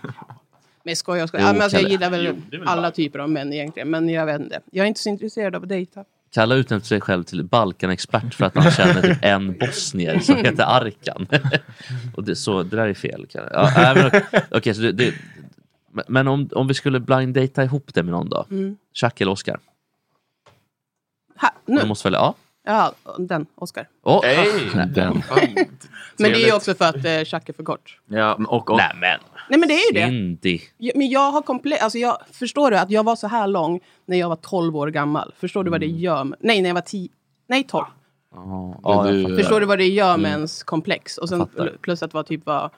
S8: jag skojar, jag skojar.
S6: Jo,
S8: Ja, men alltså, jag
S6: Kalle.
S8: gillar
S6: Jo,
S8: väl
S6: det är väl
S8: alla typer av män egentligen, men jag vet inte. Jag är inte så intresserad av att dejta.
S6: Kalla utnämnde sig själv till Balkanexpert för att han känner typ en bosnier som heter
S8: [laughs]
S6: Arkan. Och det, så, det där är fel. Kalle. Ja, nej, men, ok- okej, så det, det, men om, om vi skulle blind-data ihop det med någon då?
S8: Mm.
S6: Chuck eller Oscar?
S8: Ha, nu?
S6: Man måste välja, ja.
S8: Ja, den, Oscar.
S6: Åh, ah, nej.
S8: Men det är ju
S11: Trevligt.
S8: också för att eh, Chuck är för kort.
S11: Ja, men och, och. Nej,
S6: men.
S8: Nej men det är ju det.
S6: Cindy.
S8: Ja, Men jag har komplex... Alltså jag, förstår du att jag var så här lång när jag var 12 år gammal? Förstår du vad
S6: Mm.
S8: det gör? Med, nej, när jag var 10... Nej, 12.
S6: Ja, jag fattar.
S8: Förstår du vad det gör med
S6: Mm.
S8: ens komplex? Och sen
S6: Jag fattar.
S8: plus att vara typ var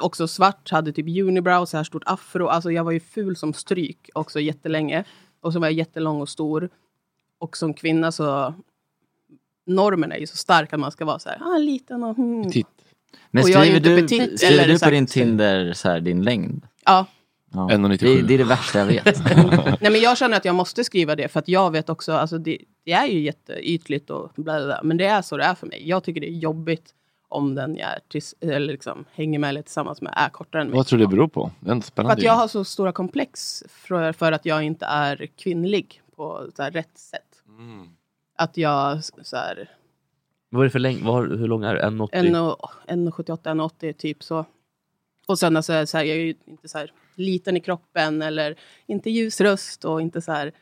S8: också svart, hade typ unibrow, så här stort afro. Alltså jag var ju ful som stryk också jättelänge. Och så var jag jättelång och stor. Och som kvinna så... Normen är ju så stark att man ska vara så här, ah, liten och hmm.
S11: Men
S8: Och jag är ju
S11: skriver
S8: inte
S11: du,
S8: petit,
S11: skriver
S8: eller
S11: du på
S8: sagt-
S11: din Tinder så här, din längd?
S6: [laughs]
S8: Ja.
S11: Ja.
S1: 1,97.
S11: Det, det är det värsta jag vet.
S8: [laughs] Nej men jag känner att jag måste skriva det för att jag vet också, alltså det, det är ju jätteytligt och bla bla bla, men det är så det är för mig. Jag tycker det är jobbigt om den jag är tis, eller liksom, hänger med eller tillsammans med är kortare än mig.
S1: Vad tror du det beror på? Det är en
S8: För
S1: spännande
S8: att jag har så stora komplex för, för att jag inte är kvinnlig på så här, rätt sätt.
S1: Mm.
S8: Att jag så här,
S6: Vad är det för längd? Vad har, hur lång är du? 1,80?
S8: 1,78, 1,80 typ så. Och sen alltså, så här, jag är ju inte så här liten i kroppen eller inte ljus röst och inte så här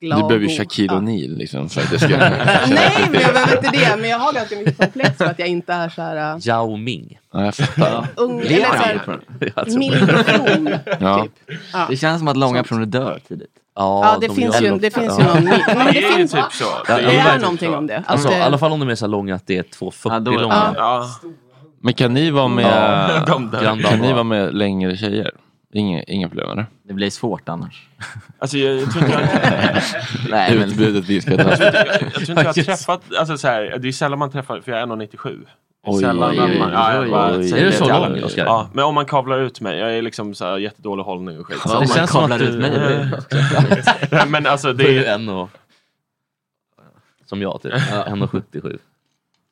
S8: glad.
S1: Du behöver ju
S8: och-
S1: Shaquille
S8: ja.
S1: O'Neal liksom för att det
S8: [laughs]
S1: ska...
S8: Nej, men jag behöver inte det.
S10: [laughs]
S8: Men jag har ganska mycket komplex för att jag inte är så här uh,
S6: Yao Ming.
S1: Ja, jag fattar.
S8: ung. Eller så här,
S6: Jag tror-
S8: mild person.
S1: Ja.
S8: Ja.
S11: Det känns som att långa personer dör tidigt.
S8: Ja, det de finns gör ju- det. det finns ju någon- Ja, men det Det är finns- typ så. det är någonting om det. Att
S6: Alltså,
S8: det-
S6: I alla fall om de är så här långa att det är 2,40
S1: är det-
S6: långa.
S1: Ja. Men kan ni vara med, eh,
S6: Ja, de där.
S1: kan ni vara med längre tjejer? Inga, inga problem eller?
S11: Det blir svårt annars.
S10: [laughs] Alltså jag, jag tror inte
S1: [laughs]
S10: jag...
S11: [laughs] Nej, men-
S1: Utbudet minskar.
S11: [laughs]
S10: jag, tror inte- jag, jag tror inte jag har
S1: Just.
S10: träffat, alltså så här, det är sällan man träffar, för jag är 1,97. Det är
S1: Oj,
S10: sällan
S1: oj,
S10: man-
S1: oj,
S10: ja, jag
S1: oj,
S10: bara-
S1: oj.
S10: säger
S1: Är du
S10: det
S1: så
S10: till alla.
S1: lång, Oscar?
S10: Ja, men om man kavlar ut mig, jag är liksom så här, jättedålig hållning och skit.
S6: Ja, det känns som att du-
S10: [laughs] Nej, men alltså
S6: Då är
S10: det
S6: du en och... Som jag typ, 1,77.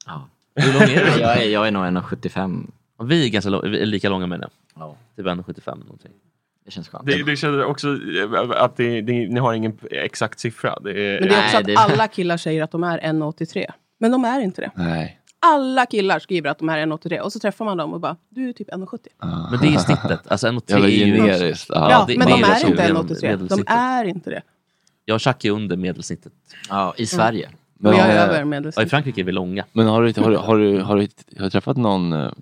S11: Ja.
S6: Hur lång är du?
S11: Jag är, jag är nog 1,75.
S6: Vi är ganska lång, vi är lika långa menar jag. Typ 1,75 någonting.
S11: Det känns skönt.
S10: Det, det känns också eh, att det, det, ni har ingen exakt siffra. Det är,
S8: Men det är också att alla killar säger att de är 1,83. Men de är inte det.
S1: Nej.
S8: Alla killar skriver att de är 1,83 och så träffar man dem och bara, du är typ 1,70.
S6: Men det är snittet. Alltså 1,80
S1: Jävla
S6: är ju...
S1: generiskt. Ja,
S8: Ja, men de
S6: ju
S8: är
S6: liksom
S8: inte
S6: medel-
S8: 1,83. De
S6: medelsnittet.
S8: är inte det.
S6: Jag och Chuck är under medelsnittet. Eh,
S11: Ja, i
S8: Sverige. Men Mm. jag är över medelsnittet.
S6: Ja, I Frankrike är vi långa.
S1: Men har du, har, du- har, du, har, du, har du träffat någon, eh,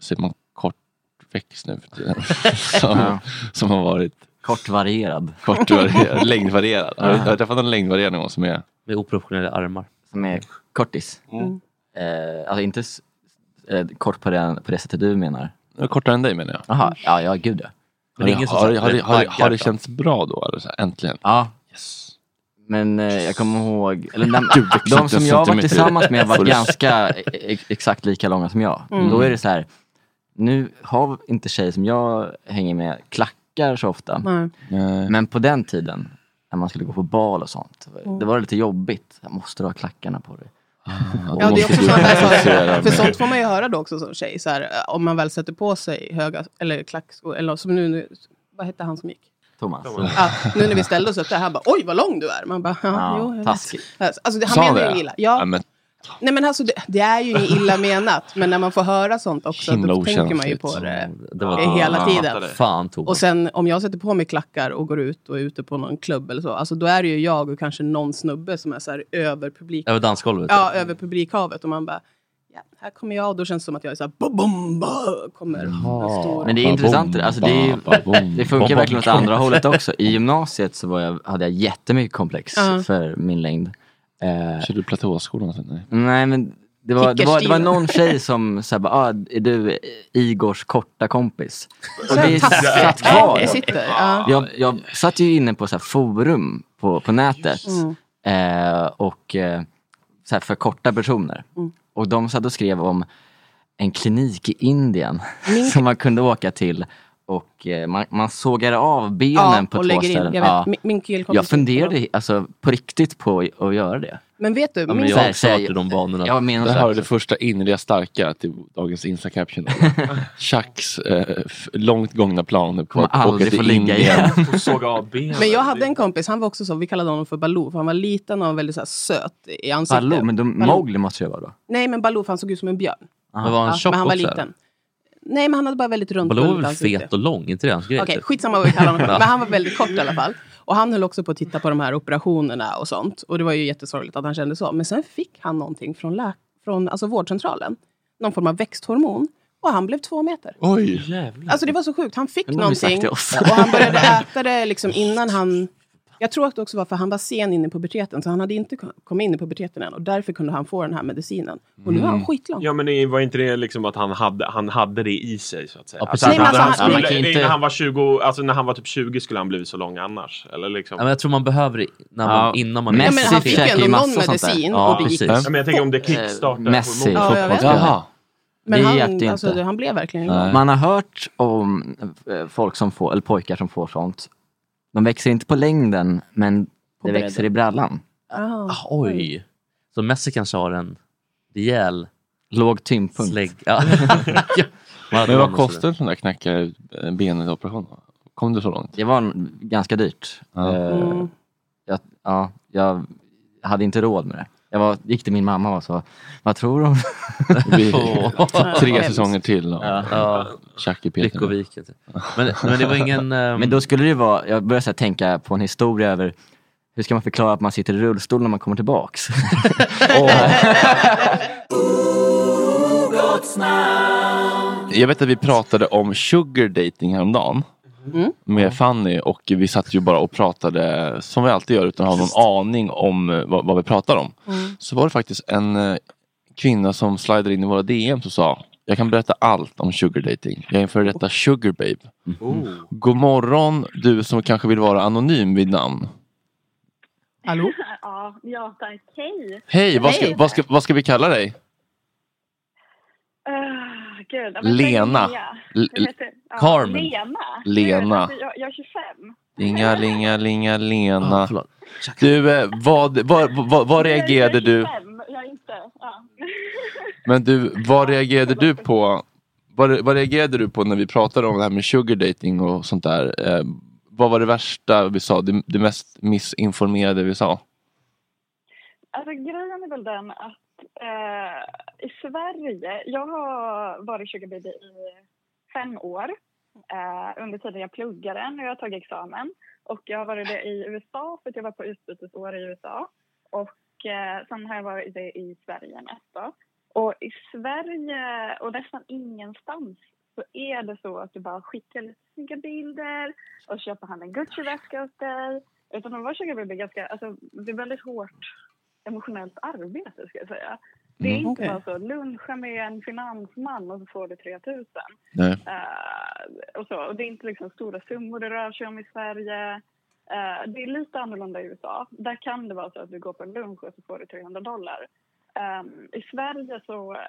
S1: säger man kortväxt nu
S11: [laughs]
S1: för tiden? Som,
S11: Ja.
S1: som har varit...
S11: Kortvarierad.
S1: Kortvarierad, längdvarierad. Har du, har du träffat någon längdvarierad någon gång som är...
S6: Med oproportionerliga armar.
S11: Som är kortis.
S8: Mm.
S11: Eh, alltså inte s- eh, kort på det, på det sättet du menar.
S1: Kortare än dig menar jag.
S11: Jaha, ja, ja gud ja.
S1: Har, det, har, det- har, det- har, det- har det känts bra då? Eller så här, äntligen?
S11: Ja. Men eh, jag kommer ihåg, eller
S1: [laughs]
S11: när,
S1: Du växte
S11: de
S1: inte
S11: som
S1: en
S11: jag var
S1: centimeter.
S11: tillsammans med var
S1: Får du-
S11: ganska e- exakt lika långa som jag.
S1: Mm.
S11: Då är det så här, nu har inte tjejer som jag hänger med klackar så ofta.
S8: Nej.
S11: Men på den tiden, när man skulle gå på bal och sånt,
S8: Mm.
S11: det var lite jobbigt. Jag måste du ha klackarna på dig?
S1: Ah,
S8: Ja, det är också sådana [laughs]
S1: [laughs]
S8: saker. För sånt får man ju höra då också som tjej. Så här, eh, om man väl sätter på sig höga, eller klackskor, eller som nu, nu vad hette han som gick?
S11: Thomas.
S8: Ja, nu när vi ställde oss upp där, han bara oj vad lång du är. Man bara, ja,
S11: Ja,
S8: jo, jag vet."
S11: taskigt.
S8: Alltså, det- han
S1: Sa
S8: menar ju
S1: det?
S8: inget illa. Ja.
S1: Ja, men,
S8: Nej men alltså det, det är ju inget illa menat, men när man får höra sånt också,
S1: Himla
S8: då tänker man ju
S1: okänsligt.
S8: på det,
S6: Det var-
S8: eh, hela
S6: Ja, jag
S8: tiden.
S6: fattar det. Fan, Thomas.
S8: och sen om jag sätter på mig klackar och går ut och är ute på någon klubb eller så, alltså då är det ju jag och kanske någon snubbe som är så här över publik...
S6: Över dansgolvet? typ.
S8: Ja, över publikhavet och man bara, ja, här kommer jag och då känns det som att jag är så här, bom, bom, bom, kommer en stor...
S11: Men det är intressant, det där. alltså det, är, ju- [laughs] det funkar verkligen åt andra hållet också. I gymnasiet så var jag, hade jag jättemycket komplex
S8: Ja.
S11: för min längd. Eh,
S1: Körde du platåskolan? sen? Nej.
S11: Nej men det var, det var, det var
S1: Kickerstilen.
S11: någon tjej som sa bara, ah, är du Igors korta kompis?
S8: Så
S11: Och
S8: här
S11: det
S8: taskigt.
S11: satt
S8: Ja,
S11: kvar.
S8: det sitter, ja.
S11: Jag, jag satt ju inne på så här forum på, på nätet
S8: Mm.
S11: eh, och eh, så här för korta personer.
S8: Mm.
S11: Och de satt och skrev om en klinik i Indien [laughs] som man kunde åka till och eh, man, man sågade av benen
S8: Ja,
S11: på
S8: och
S11: två
S8: lägger in.
S11: ställen.
S8: Jag vet. Min- min killkompis
S11: jag funderade alltså, på riktigt på att göra det.
S8: Men vet du, min...
S11: jag har också varit i de
S1: banorna.
S11: Jag menar
S1: Där
S11: så här-
S1: har du det första innerliga starka till dagens Insta-caption.
S11: [laughs]
S1: Chucks eh, f- långt gångna planer på
S11: Kommer
S1: att åka
S11: aldrig få
S1: till
S11: ligga
S1: [laughs] Indien.
S11: igen.
S10: Och såga av benen.
S8: Men jag hade en kompis, han var också så, vi kallade honom för Baloo, för han var liten och han var väldigt så här söt i ansiktet.
S11: Baloo, men de,
S8: Baloo.
S11: Mowgli måste ju vara då.
S8: Nej, men Baloo, för han såg ut som en björn.
S6: Men var han tjock
S8: men han var
S6: också?
S8: liten. Nej, men han hade bara väldigt runt
S6: Baloo är
S8: runt
S6: väl
S8: ansikte.
S6: fet och lång? inte det hans grej?
S8: Okej,
S6: typ?
S8: skitsamma vad vi kallar honom för.
S6: [laughs] Ja.
S8: Men han var väldigt kort i alla fall. Och han höll också på att titta på de här operationerna och sånt. Och det var ju jättesorgligt att han kände så. Men sen fick han någonting från, lä- från alltså vårdcentralen. Någon form av växthormon. Och han blev två meter.
S1: Oj!
S8: Alltså det var så sjukt. Han fick
S11: Den har vi sagt
S8: någonting
S11: till
S8: och
S11: oss.
S8: han började äta det liksom innan han... Jag tror att det också var för han var sen in i puberteten, så han hade inte ko- kommit in i puberteten än och därför kunde han få den här medicinen. Och nu är han
S10: Mm.
S8: skitlång.
S10: Ja men det var inte det liksom att han hade, han hade det i sig så att säga?
S8: Ja,
S10: alltså,
S8: precis.
S10: han,
S8: Nej, men
S10: han,
S8: alltså, han- man
S10: skulle,
S8: kan
S10: När
S8: inte-
S10: han var 20, alltså när han var typ 20 skulle han blivit så lång annars? Eller liksom?
S6: Ja, men jag tror man behöver det när man,
S10: Ja.
S6: innan man...
S10: Ja, men han fick ju ändå någon medicin och det gick
S6: precis.
S10: Ja, men jag tänker om det kickstartar
S11: Eh, Messi,
S10: hormoner.
S8: Ja, jag vet.
S11: fotbollsspelare.
S8: Jaha. Men
S11: det
S8: han,
S11: hjälpte ju
S8: alltså,
S11: inte.
S8: det- han blev verkligen lång.
S11: Man har hört om eh, folk som får, eller pojkar som får sånt. De växer inte på längden, men det
S6: bredden. Oh.
S11: växer i brallan.
S8: Ah.
S6: Oj! Så Messi kanske har en rejäl
S11: Låg timpunkt.
S6: Slägg.
S1: [laughs]
S6: Ja.
S1: Men vad kostade en sån där knäcka benet-operation? Kom det så långt?
S11: Det var en, ganska dyrt.
S1: Ja.
S11: Eh,
S1: Mm.
S11: jag, ja, jag hade inte råd med det. Jag var, gick till min mamma och sa, vad tror du
S1: [laughs]
S11: om...
S6: [laughs]
S1: Det blir tre säsonger till och-
S11: Ja.
S1: Tjack i Peter. Lyckoviken.
S6: typ. Men- men det var
S1: [laughs]
S6: ingen,
S11: [laughs]
S6: ehm,
S11: Men då skulle det ju vara, jag började så här tänka på en historia över hur ska man förklara att man sitter i rullstol när man kommer
S1: [laughs]
S11: tillbaks? [laughs]
S4: Gott snack.
S1: Jag vet att vi pratade om sugar dating häromdagen.
S4: Mm.
S1: Med Fanny och vi satt ju bara och pratade som vi alltid gör utan att ha någon aning om eh, vad, vad vi pratar om.
S4: Mm.
S1: Så var det faktiskt en eh, kvinna som slidade in i våra DM och sa jag kan berätta allt om sugar dating. Jag är en före detta sugar babe.
S11: Mm.
S4: Oh.
S1: God morgon du som kanske vill vara anonym vid namn.
S8: Hallå?
S12: [laughs] ja, ja, tack. Hej!
S1: Hej, vad ska, vad ska, vad ska vi kalla dig?
S12: Ah, gud, ja, men
S1: Lena.
S12: säg Lea.
S1: L-
S12: Jag heter- ja,
S1: Carmen.
S12: Lena.
S1: Lena.
S12: Gud, alltså, jag, jag är 25.
S1: Inga, linga, linga, Lena. Ah, du, eh, vad, vad, vad, vad reagerade du?
S12: Jag är 25, jag är inte... Ja. [laughs]
S1: Men du, vad reagerade du på? Vad, vad reagerade du på när vi pratade om det här med sugar dating och sånt där? Eh, vad var det värsta vi sa? Det, det mest missinformerade vi sa?
S12: Alltså, grejen är väl den att eh, i Sverige... Jag har varit sugar baby i fem år eh, under tiden jag pluggade och jag har tagit examen. Och jag har varit det i USA för att jag var på utbytesår i USA. Och eh, sen har jag varit det i Sverige nästa. Och i Sverige och nästan ingenstans så är det så att du bara skickar lite snygga bilder och köper han en Gucci-väska åt dig. Utan de var sugar baby ganska, alltså det är väldigt hårt emotionellt arbete ska jag säga. Det är
S1: Mm,
S12: inte
S1: okej.
S12: bara så, luncha med en finansman och så får du 3000.
S1: Nej.
S12: Eh, och, så. och det är inte liksom stora summor det rör sig om i Sverige. Eh, det är lite annorlunda i USA. Där kan det vara så att du går på en lunch och så får du 300 dollar. Ehm, I Sverige så... [laughs]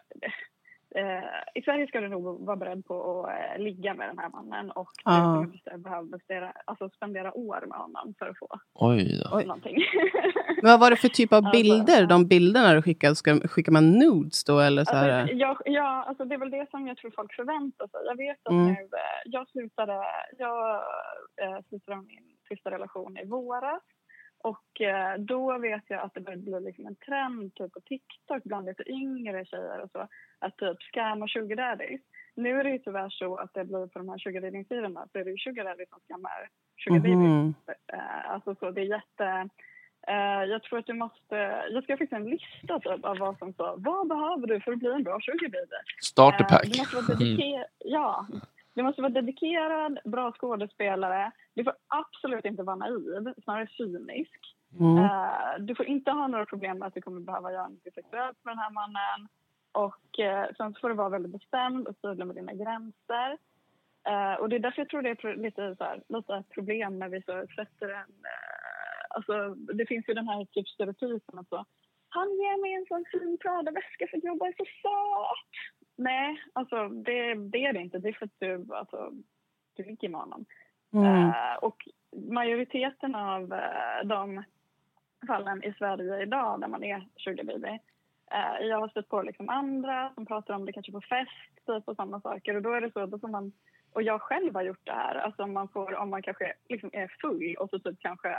S12: eh, I Sverige ska du nog vara beredd på att eh, ligga med den här mannen och du
S1: Ja.
S12: kommer bestä- behöva bestera, alltså spendera år med honom för att få
S1: Oj
S12: då. någonting. [laughs] Alltså,
S8: Men vad var det för typ av bilder? De bilderna du skickade, ska, skickar man nudes då eller så här? eh.
S12: Alltså, jag, ja, alltså det är väl det som jag tror folk förväntar sig. Jag vet att
S8: Mm.
S12: nu, eh, jag slutade, jag eh, slutade min sista relation i våras och eh, då vet jag att det började bli liksom en trend typ på TikTok bland lite yngre tjejer och så att typ scamma sugar daddies. Nu är det ju tyvärr så att det blir på de här sugar daddy-sidorna så är det ju sugar daddies som scammar sugar babies.
S4: Mhm.
S12: Eh, Alltså så, det är jätte... Eh, jag tror att du måste... Jag ska fixa en lista typ, av vad som så. Vad behöver du för att bli en bra sugarbaby? Eh,
S1: Starter pack. Mm.
S12: du, måste vara dedike- ja, du måste vara dedikerad, bra skådespelare. Du får absolut inte vara naiv, snarare cynisk.
S4: Mm.
S12: Eh, du får inte ha några problem med att du kommer behöva göra något sexuellt med den här mannen. Och eh, sen så får du vara väldigt bestämd och tydlig med dina gränser. Eh, och det är därför jag tror det är pro- lite, så här, lite problem när vi så sätter en... Eh, alltså, det finns ju den här typ stereotypen att så, han ger mig en sån fin Prada-väska för att jag bara är så söt. Nej, alltså det, det är det inte. Det är för att du, alltså, du ligger med honom.
S4: Mm.
S12: Eh, och majoriteten av eh, de fallen i Sverige idag där man är sugar baby. Eh, jag har stött på liksom andra som pratar om det kanske på fest typ, och sådana saker. Och då är det så då får man, och jag själv har gjort det här, alltså om man, får, om man kanske liksom är full och så typ kanske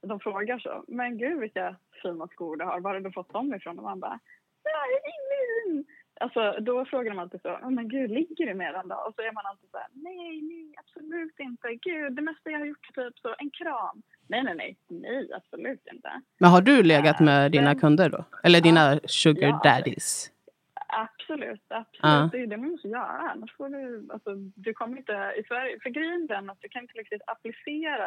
S12: de frågar så. Men gud vilka fina skor du har, var har du fått dem ifrån? Och man bara, nej ingen! Alltså då frågar de alltid så, "Ja, men gud ligger du med den då? Och så är man alltid så här, nej nej absolut inte, gud det mesta jag har gjort är typ så, en kram. Nej nej nej, nej absolut inte.
S8: Men har du legat med dina kunder då? Eller dina sugar
S12: Ja.
S8: daddies?
S12: Absolut, absolut.
S8: Ja.
S12: Det är ju det man måste göra. Annars får du, alltså, du kommer inte i Sverige. För grejen är den att du kan inte riktigt applicera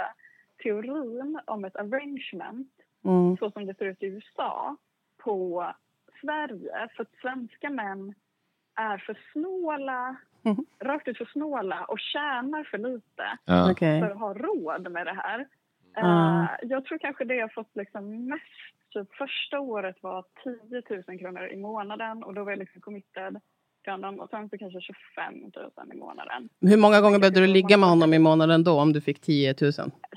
S12: teorin om ett arrangement
S4: Mm.
S12: så som det ser ut i USA på Sverige. För att svenska män är för snåla,
S4: Mm-hmm.
S12: rakt ut för snåla och tjänar för lite
S4: Ja. Okej.
S12: för att ha råd med det här. Eh,
S4: Ja.
S12: jag tror kanske det jag fått liksom mest, typ första året var 10 000 kronor i månaden och då var jag liksom committed till honom och sen så kanske 25 000 i månaden.
S8: Hur många gånger behövde du ligga med honom i månaden då om du fick 10 000?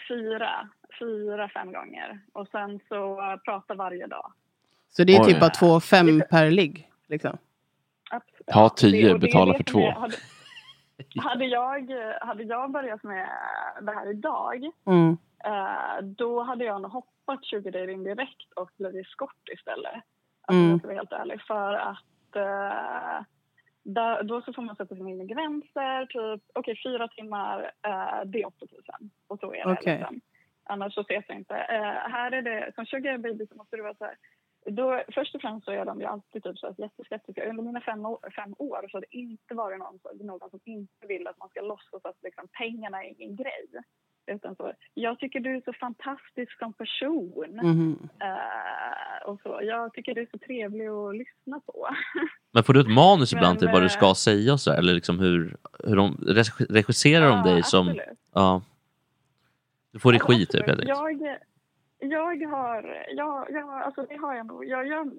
S12: Fyra, fyra, fem gånger och sen så eh, prata varje dag.
S8: Så det är
S1: Oj.
S8: typ bara 2 5 per ligg? Liksom.
S1: Ta tio,
S12: och det är
S1: betala
S12: det
S1: för
S12: som är-
S1: två.
S12: hade- Hade jag, hade jag börjat med det här idag,
S8: Mm.
S12: eh, då hade jag nog hoppat 20 dating direkt och blivit skott istället. Om
S8: Mm.
S12: jag ska vara helt ärlig. För att eh, där, då så får man sätta sina egna gränser. Typ, okej, fyra timmar, eh, det är 8000. Och så är det.
S8: Okej.
S12: Liksom. Annars så ses jag inte. Eh, här är det, som sugar baby så måste det vara så här. Då, först och främst så är de ju alltid typ så här jätteskeptiska. Under mina fem, å- fem år så har det inte varit någon, som- någon som inte vill att man ska låtsas att liksom, pengarna är ingen grej. Utan så, jag tycker du är så fantastisk som person.
S8: Mhm.
S12: Eh, och så. Jag tycker du är så trevlig att lyssna på. [laughs]
S6: Men får du ett manus
S12: Men,
S6: ibland till vad du
S12: eh,
S6: ska säga och sådär? Eller liksom hur, hur de reg- regisserar de dig som...
S12: absolut.
S6: Ja. Du får
S12: Alltså,
S6: regi typ helt
S12: absolut.
S6: enkelt.
S12: jag, jag har, jag, jag, alltså det har jag nog. Jag, jag,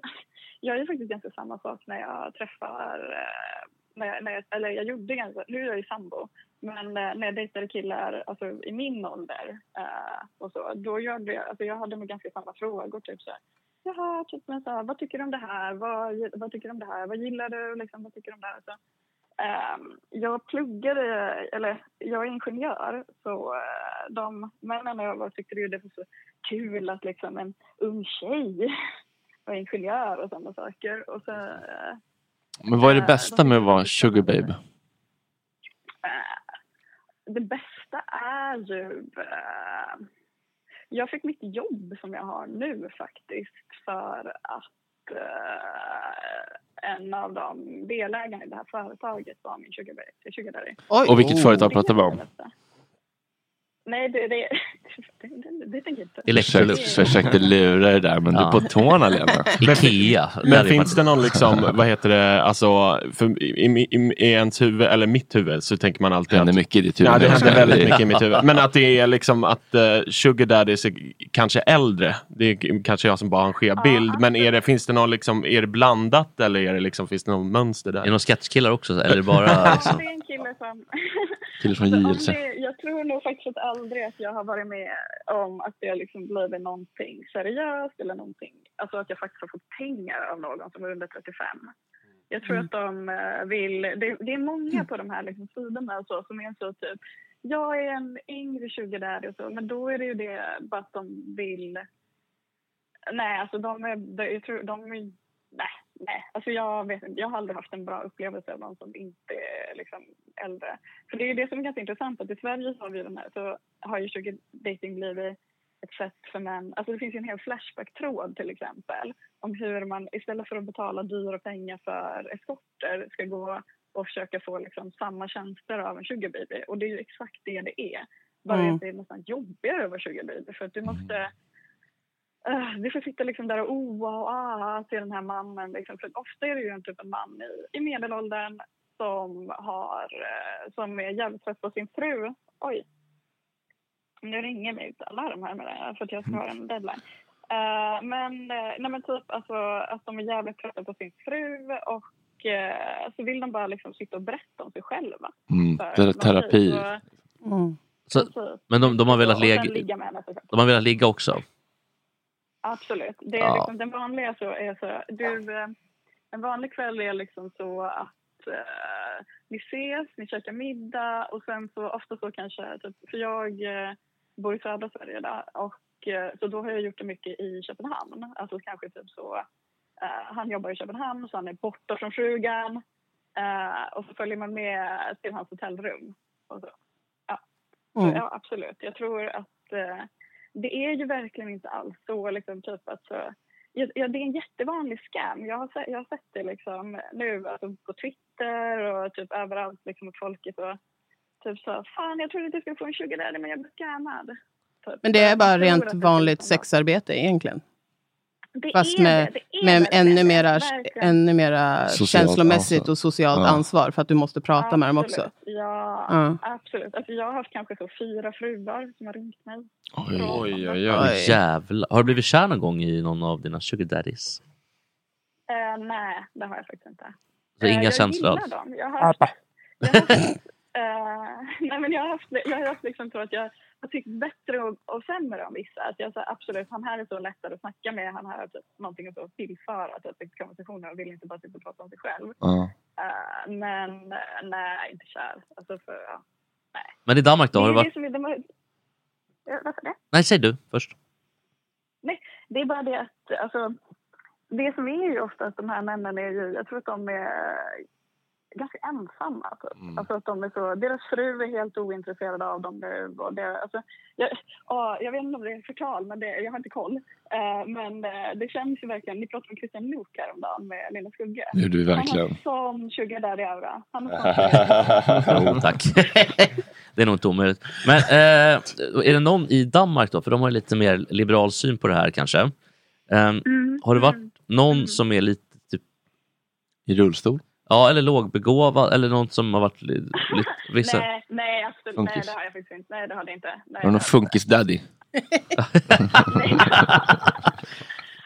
S12: jag gör faktiskt ganska samma sak när jag träffar, eh, när jag, när jag, eller jag gjorde ganska, nu är jag ju sambo, men eh, när jag dejtade killar alltså, i min ålder eh, och så, då gjorde jag, alltså jag hade med ganska samma frågor typ så här. Jaha, typ, men så här, vad tycker du om det här? Vad, vad tycker du om det här? Vad gillar du? Liksom, vad tycker du om det här? Så, Ehm, jag pluggade, eller jag är ingenjör, så eh, de männen jag var tyckte ju det var så kul att liksom en ung tjej [laughs] var ingenjör och sådana saker. Och så, eh,
S1: Men vad är det bästa med att vara sugar babe?
S12: Eh, det bästa är ju... eh, jag fick mitt jobb som jag har nu faktiskt för att eh, en av de delägarna i det här företaget var min sugar daddy- sugar daddy.
S1: och vilket företag pratar vi om?
S12: Nej, det, [laughs] det, det, det, det tänker jag inte.
S1: Försökte, försökte lura dig där men
S10: Ja.
S1: du är på tårna Lena.
S6: Ikea.
S10: Men finns det någon liksom, vad heter det, alltså för i, i, i ens huvud, eller mitt huvud så tänker man alltid
S1: händer
S10: att...
S1: mycket i ditt huvud,
S10: Ja, det
S1: jag
S10: händer
S1: ska-
S10: väldigt mycket i mitt huvud. Men att det är liksom att uh, sugar daddies är kanske äldre. Det är k- kanske jag som bara har en skev bild. men är det, finns det någon liksom, är det blandat eller är det liksom, finns det någon mönster där? Är det
S6: någon sketchkillar också eller är det
S10: [laughs]
S6: bara
S12: Det liksom- är en kille som... [laughs]
S1: Kille från
S12: Alltså, om
S1: JLC.
S12: det- Jag tror nog faktiskt aldrig att jag har varit med om att det har liksom blivit någonting seriöst eller någonting. Alltså att jag faktiskt har fått pengar av någon som är under 35. Jag tror att de eh, vill... Det, det är många på de här liksom sidorna och så som är så typ... Jag är en yngre 20 där och så, men då är det ju det bara att de vill... Nej, alltså de är... de- Jag tror, de är nej, nej. Alltså jag, vet, inte. jag har aldrig haft en bra upplevelse av någon som inte är liksom äldre. För det är ju det som är ganska intressant att i Sverige så har vi den här, så har ju sugar dating blivit ett sätt för män, alltså det finns ju en hel Flashback-tråd till exempel om hur man istället för att betala dyra pengar för eskorter ska gå och försöka få liksom samma tjänster av en sugar baby. Och det är ju exakt det det är. Bara
S13: Mm.
S12: att det är nästan jobbigare att vara sugar baby för att du måste Eh, du får sitta liksom där och oa och ah till den här mannen. Liksom. För ofta är det ju en typ av man i, i medelåldern som, har, eh, som är jävligt trött på sin fru. Oj, nu ringer mitt alarm här med det, för att jag ska ha
S1: Mm.
S12: en deadline. Eh, men, eh, nej men typ alltså, att de är jävligt trötta på sin fru och eh, så vill de bara liksom sitta och berätta om sig själva.
S1: Mm,
S12: För
S1: det är
S12: någon
S1: terapi.
S12: tid, så-
S6: Så,
S12: Precis.
S6: men de, de har velat
S12: Och sen
S6: ligga,
S12: Alltså, ligga med henne, såklart.
S6: de har velat ligga också?
S12: Absolut. Det är
S6: Ja.
S12: liksom, den vanliga så är så... Du, eh, en vanlig kväll är liksom så att eh, ni ses, ni käkar middag och sen så ofta så kanske... Typ, för jag eh, bor i södra Sverige där, och eh, så då har jag gjort det mycket i Köpenhamn. Alltså kanske typ så... eh, han jobbar i Köpenhamn så han är borta från frugan eh, och så följer man med till hans hotellrum. Och så. Så,
S13: Mm.
S12: Ja, absolut. Jag tror att eh, det är ju verkligen inte alls så. Liksom, typ att, så ja, ja, det är en jättevanlig scam. Jag har, se- jag har sett det liksom, nu alltså, på Twitter och typ överallt. Liksom, att folk är så, typ så Fan, jag trodde att jag skulle få en sugar daddy, men jag blev scammad. Typ.
S8: Men det är bara
S12: Jag tror
S8: rent
S12: att det-
S8: vanligt sexarbete egentligen.
S12: Det
S8: Fast
S12: är
S8: med,
S12: det, det är
S8: med
S12: verkligen
S8: ännu
S12: det,
S8: mera,
S12: verkligen.
S8: ännu mera
S13: Socialt
S8: känslomässigt
S13: ansvar.
S8: och socialt
S13: Ja.
S8: ansvar för att du måste prata med dem också.
S12: Absolut. Ja,
S8: Ja.
S12: absolut. Alltså, jag har haft kanske så fyra fruar som har ringt mig.
S6: Oj, oj,
S12: oj.
S6: Jävlar. Har du blivit kär någon gång i någon av dina sugar daddies?
S12: Eh, nej, det har jag faktiskt inte.
S6: Så
S12: Eh,
S6: inga
S12: jag
S6: känslor
S12: gillar
S6: alls?
S12: dem.
S6: Ah,
S12: [laughs] Jag har haft, jag har haft, eh, nej, men jag har haft, jag har haft liksom så att jag har tyckt bättre och, och sämre om vissa. Att jag sa absolut, han här är så lättare att snacka med. Han har typ någonting att så tillföra typ, i konversationer och vill inte bara sitta och prata om sig själv.
S6: Ja.
S12: Eh, men eh, nej, inte kär. Alltså för, ja.
S6: [laughs] Men i Danmark då? Har det
S12: Det är det
S6: varit...
S12: som är- de har- Ja, Varför det?
S6: Nej, säg du [laughs] först.
S12: Nej, det är bara det att alltså, det som är ju ofta att de här männen är ju, jag tror att de är ganska ensamma. Typ.
S1: Mm.
S12: Alltså att de är så, deras fru är helt ointresserad av dem nu. Och det, alltså, jag, ja, jag vet inte om det är förtal, men det, jag har inte koll. Eh, men eh, det känns ju verkligen, ni pratade om Christian Luuk häromdagen med Lilla Skugge.
S1: Nu du
S12: Han
S1: verkligen.
S12: har sån sugar daddy aura. Han
S1: [laughs]
S12: har sån
S6: jo, tack. [laughs] det är nog inte omöjligt. Men eh, är det någon i Danmark då? För de har ju lite mer liberal syn på det här kanske. Ehm, Har det
S12: Mm.
S6: varit någon som är lite... Typ...
S1: I rullstol?
S6: Ja, eller lågbegåvad. Eller någon som har varit... Li... li- Vissa...
S12: [laughs] Nej, nej, absolut, nej,
S1: Funkis.
S12: det har jag faktiskt inte. Nej, det har det inte. Nej,
S1: Har du någon funkis-daddy?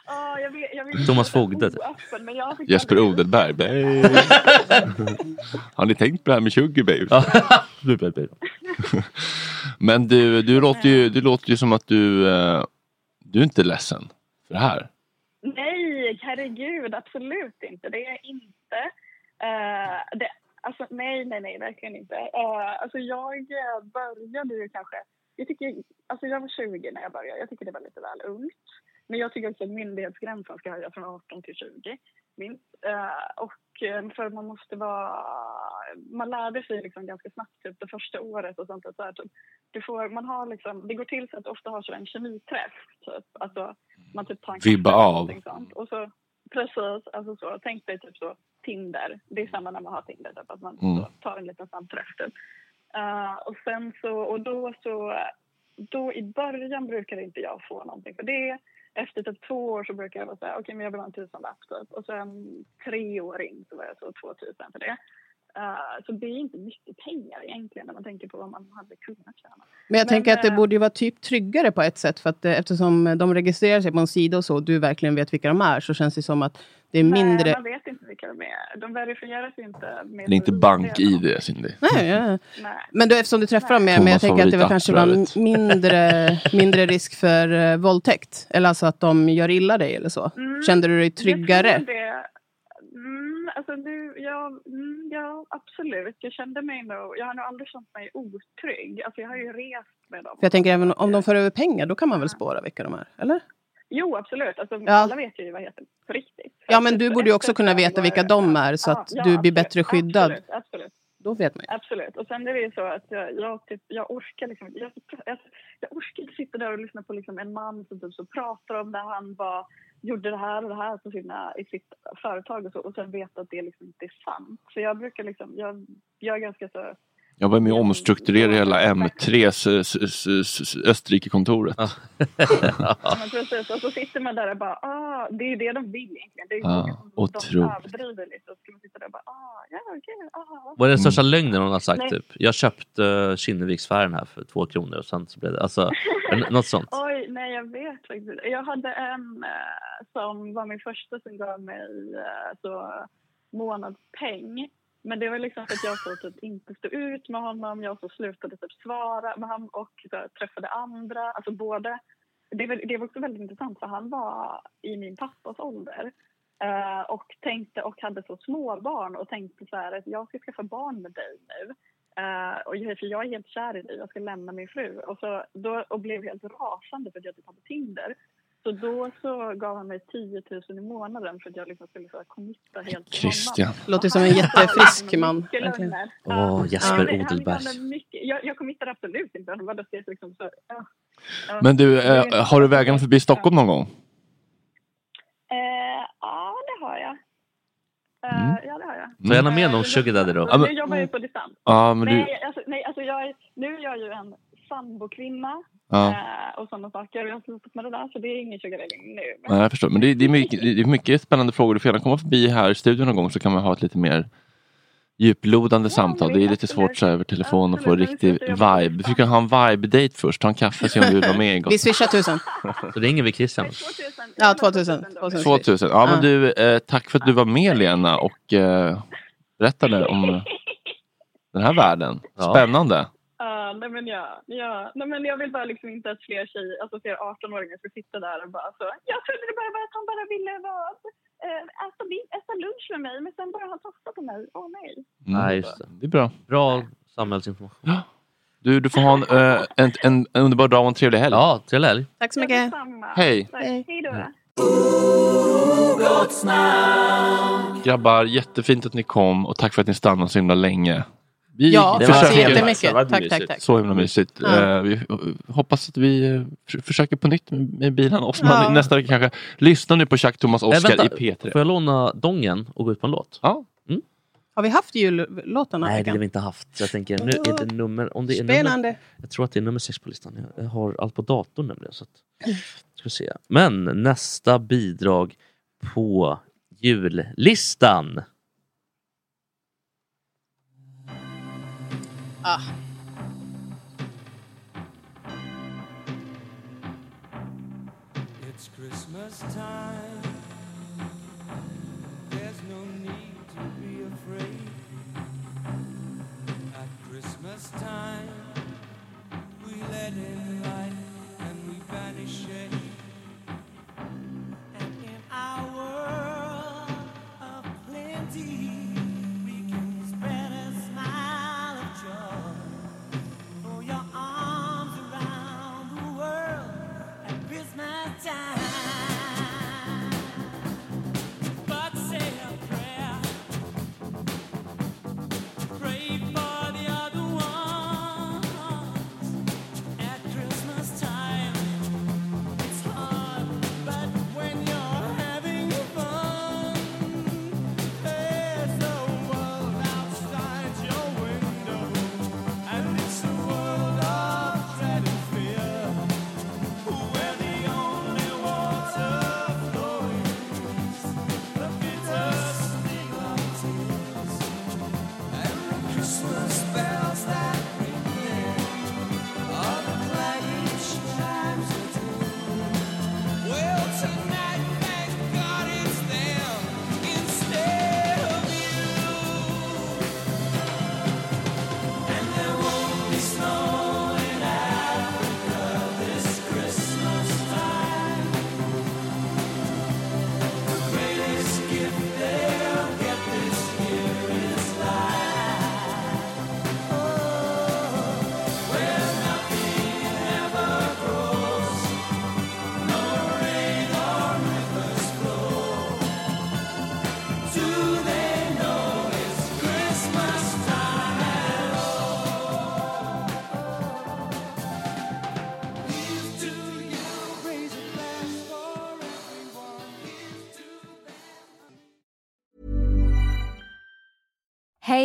S12: Ja, jag vet, jag vet
S1: Thomas
S12: inte om
S1: Fogde,
S12: jag är
S1: typ.
S12: oöppen, men jag fick
S1: Jesper Odelberg. babe. Har ni tänkt på det här med sugar babe? Men du, du, låter ju, du låter ju som att du, eh, du är inte ledsen för det här.
S12: Nej, herregud, absolut inte. Det är jag inte. Eh, det, alltså, nej, nej, nej, verkligen inte. Eh, alltså, jag eh, började ju kanske... Jag, tycker, alltså, jag var 20 när jag började. Jag tycker det var lite väl ungt. Men jag tycker också att myndighetsgränsen ska höjas från 18 till 20, minst. Eh, och, eh, för man måste vara... Man lärde sig liksom ganska snabbt typ, det första året. och sånt där, så här, typ, du får, man har liksom, Det går till så att du ofta har så en kemiträff. Typ. Alltså, man typ tar en
S1: Vibba
S12: kaffe eller
S1: av.
S12: någonting sånt. Och så, precis, alltså så, tänk dig typ så, Tinder. Det är samma när man har Tinder, typ, att man
S1: Mm.
S12: så, tar en liten snabb träff. Typ. Eh, och sen så, och då så, då i början brukade inte jag få någonting för det. Efter typ två år så brukade jag vara så här, okej men jag vill ha en tusenlapp typ. Och sen tre år in så var jag så 2000 för det. Eh, så det är inte mycket pengar egentligen när man tänker på vad man hade kunnat tjäna.
S8: Men jag tänker att det
S12: eh,
S8: borde ju vara typ tryggare på ett sätt, för att eh, eftersom eh, de registrerar sig på en sida och så, och du verkligen vet vilka de är, så känns det som att det är
S12: eh, Nej,
S8: mindre...
S12: man vet inte vilka de är. De verifieras ju inte. Med
S1: Det är inte bank-id Cindy.
S8: Nej, ja. Men då, eftersom du träffar dem mer, men jag
S1: Thomas
S8: tänker att det var kanske var
S1: favoritapp,
S8: m-
S13: [laughs]
S8: mindre, mindre risk för eh, våldtäkt. Eller alltså att de gör illa dig eller så.
S12: Mm,
S8: Kände du dig
S12: jag tror
S8: tryggare?
S12: Det, mm, alltså nu, ja, mm, ja, absolut. Jag kände mig nog, jag har nog aldrig känt mig otrygg. Alltså jag har ju rest med dem.
S8: För jag tänker även om de för över pengar, då kan man väl spåra vilka de är? Eller?
S12: Jo, absolut. Alltså,
S8: Ja.
S12: Alla vet ju vad jag heter på riktigt.
S8: Ja, men du borde ju också kunna veta vilka de är så
S12: Ja,
S8: att du
S12: ja,
S8: blir
S12: absolut.
S8: bättre skyddad.
S12: Absolut, absolut.
S8: Då vet man ju.
S12: Absolut. Och sen är det ju så att jag, jag, typ, jag orkar liksom jag, jag, jag orkar inte sitta där och lyssna på liksom en man som typ så pratar om när han var, gjorde det här och det här på sina, i sitt företag och så och sen veta att det liksom inte är sant. Så jag brukar liksom, jag, jag är ganska så
S1: Jag var med och omstrukturerade hela M3s s- s- s- Österrike-kontoret.
S12: [laughs]
S6: Ah.
S12: Ja, men precis. Och så sitter man där och bara, ah, det är ju det de vill egentligen. Det är ju
S6: Ah,
S1: Ja,
S12: många som
S1: otroligt.
S12: de överdriver lite. Och så ska man sitta där och bara, ah, ja okej, ah.
S6: Vad är den största
S1: Mm.
S6: lögnen hon har sagt?
S12: Nej.
S6: Typ? Jag köpte uh, Kinneviksfären här för två kronor och sen så blev det...
S12: [laughs]
S6: Alltså, n- något sånt.
S12: Oj, nej jag vet faktiskt inte. Jag hade en eh, som var min första som gav mig eh, så, månadspeng. Men det var liksom för att jag så typ inte stod ut med honom, jag så slutade typ svara med honom och så, här, träffade andra. Alltså både, det, var, det var också väldigt intressant för han var i min pappas ålder. eh, och tänkte och hade så småbarn och tänkte så här att jag ska skaffa barn med dig nu. Eh, och jag, för jag är helt kär i dig, jag ska lämna min fru. Och, så, då, och blev helt rasande för att jag typ hade Tinder. Så då så gav han mig 10 000 i månaden för att jag liksom skulle så här committa helt till honom.
S1: Christian.
S8: Låter som en jättefrisk man,
S12: Mycket
S8: verkligen.
S12: lögner.
S6: Åh,
S12: Ja.
S6: Jesper
S12: Ja, det- han-
S6: Odelberg.
S12: han hade mycket- Jag, jag committar absolut inte. Han var bara det liksom så, ja. Ja.
S1: Men du,
S12: Det-
S1: eh, har du vägarna förbi Stockholm någon gång?
S12: Eh, ja, det har jag. Eh,
S1: Mm.
S12: Ja, det har jag.
S6: Ta gärna med någon sugar daddy då.
S12: Ja, men, nu jobbar jag ju på distans.
S1: Ja, men du-
S12: nej, alltså, nej, alltså jag är, nu är jag ju en sambokvinna
S1: Ja.
S12: eh, och sådana saker. Jag har slutat med det där, så det är ingen sugar daddy nu.
S1: Nej, jag
S12: [laughs]
S1: förstår. Men det, det, är mycket, det är mycket spännande frågor. Du får gärna komma förbi här i studion någon gång så kan man ha ett lite mer djuplodande samtal. Det är lite svårt så här över telefon att få en riktig vibe. Vi fick ha en vibe-date först. Ta en kaffe och se om du vill vara med.
S8: Vi swishar
S1: [laughs]
S8: tusen.
S6: Så ringer vi Christian.
S8: Ja, 2000. 2000.
S1: 2000. Ja, men du, eh, tack för att du var med Lena Mm. och eh, berättade om den här världen. Spännande.
S12: Ja, Ah, nej, men jag, jag, nej, men jag vill bara liksom inte att fler tjejer, alltså fler 18-åringar ska sitta där och bara så. Jag trodde det bara var att han bara ville vara, eh, äta, bil- äta lunch med mig men sen började han tafsa på mig. Åh nej.
S6: Nej, just det.
S1: Det är bra.
S6: Bra samhällsinformation.
S1: Du, du får ha en, eh, en, en, en underbar dag och en trevlig helg.
S6: Ja, trevlig helg.
S12: Tack så mycket.
S1: Hej.
S12: Hej då.
S1: Grabbar, jättefint att ni kom och tack för att ni stannade så himla länge. Vi
S8: Ja, Det var tack så trevligt. jättemycket.
S1: Det var
S8: Tack, tack,
S1: mysigt.
S8: tack.
S1: Så himla mysigt.
S8: Ja.
S1: Eh, vi eh, hoppas att vi eh, förs- försöker på nytt med, med bilen Osman
S6: Ja.
S1: i- nästa vecka kanske. Lyssna nu på Chuck Thomas
S6: Nej,
S1: Oscar
S6: Eh, vänta.
S1: i P3.
S6: Får jag låna dongen och gå ut på en låt?
S1: Ja.
S8: Har vi haft jullåtarna?
S6: Nej, det har vi inte haft. Så jag tänker, nu är det nummer... Om det är
S8: Spännande.
S6: Nummer, jag tror att det är nummer sex på listan. Jag har allt på datorn nämligen. Så att, ska vi se. Men nästa bidrag på jullistan.
S8: Ah.
S4: It's Christmas time. There's no need to be afraid. At Christmas time, we let in light and we banish shade. And in our world of plenty, we can spread a smile of joy. Throw your arms around the world at Christmas time. But say a prayer. Pray for the other ones at Christmas time. It's hard, but when you're having fun, there's a world outside your window, and it's a world of dread and fear, where the only water flows the bitter sting of tears, and the Christmas bells that ring there are the clanging chimes of doom. Well, tonight, thank God it's them instead of you. And there won't be snow in Africa this Christmas time. The greatest gift they'll get this year is life. Oh, where nothing ever grows, no rain or rivers flow. Do they know it's Christmas time at all? Here's to you, raise a glass for everyone. Here's to
S14: Hey,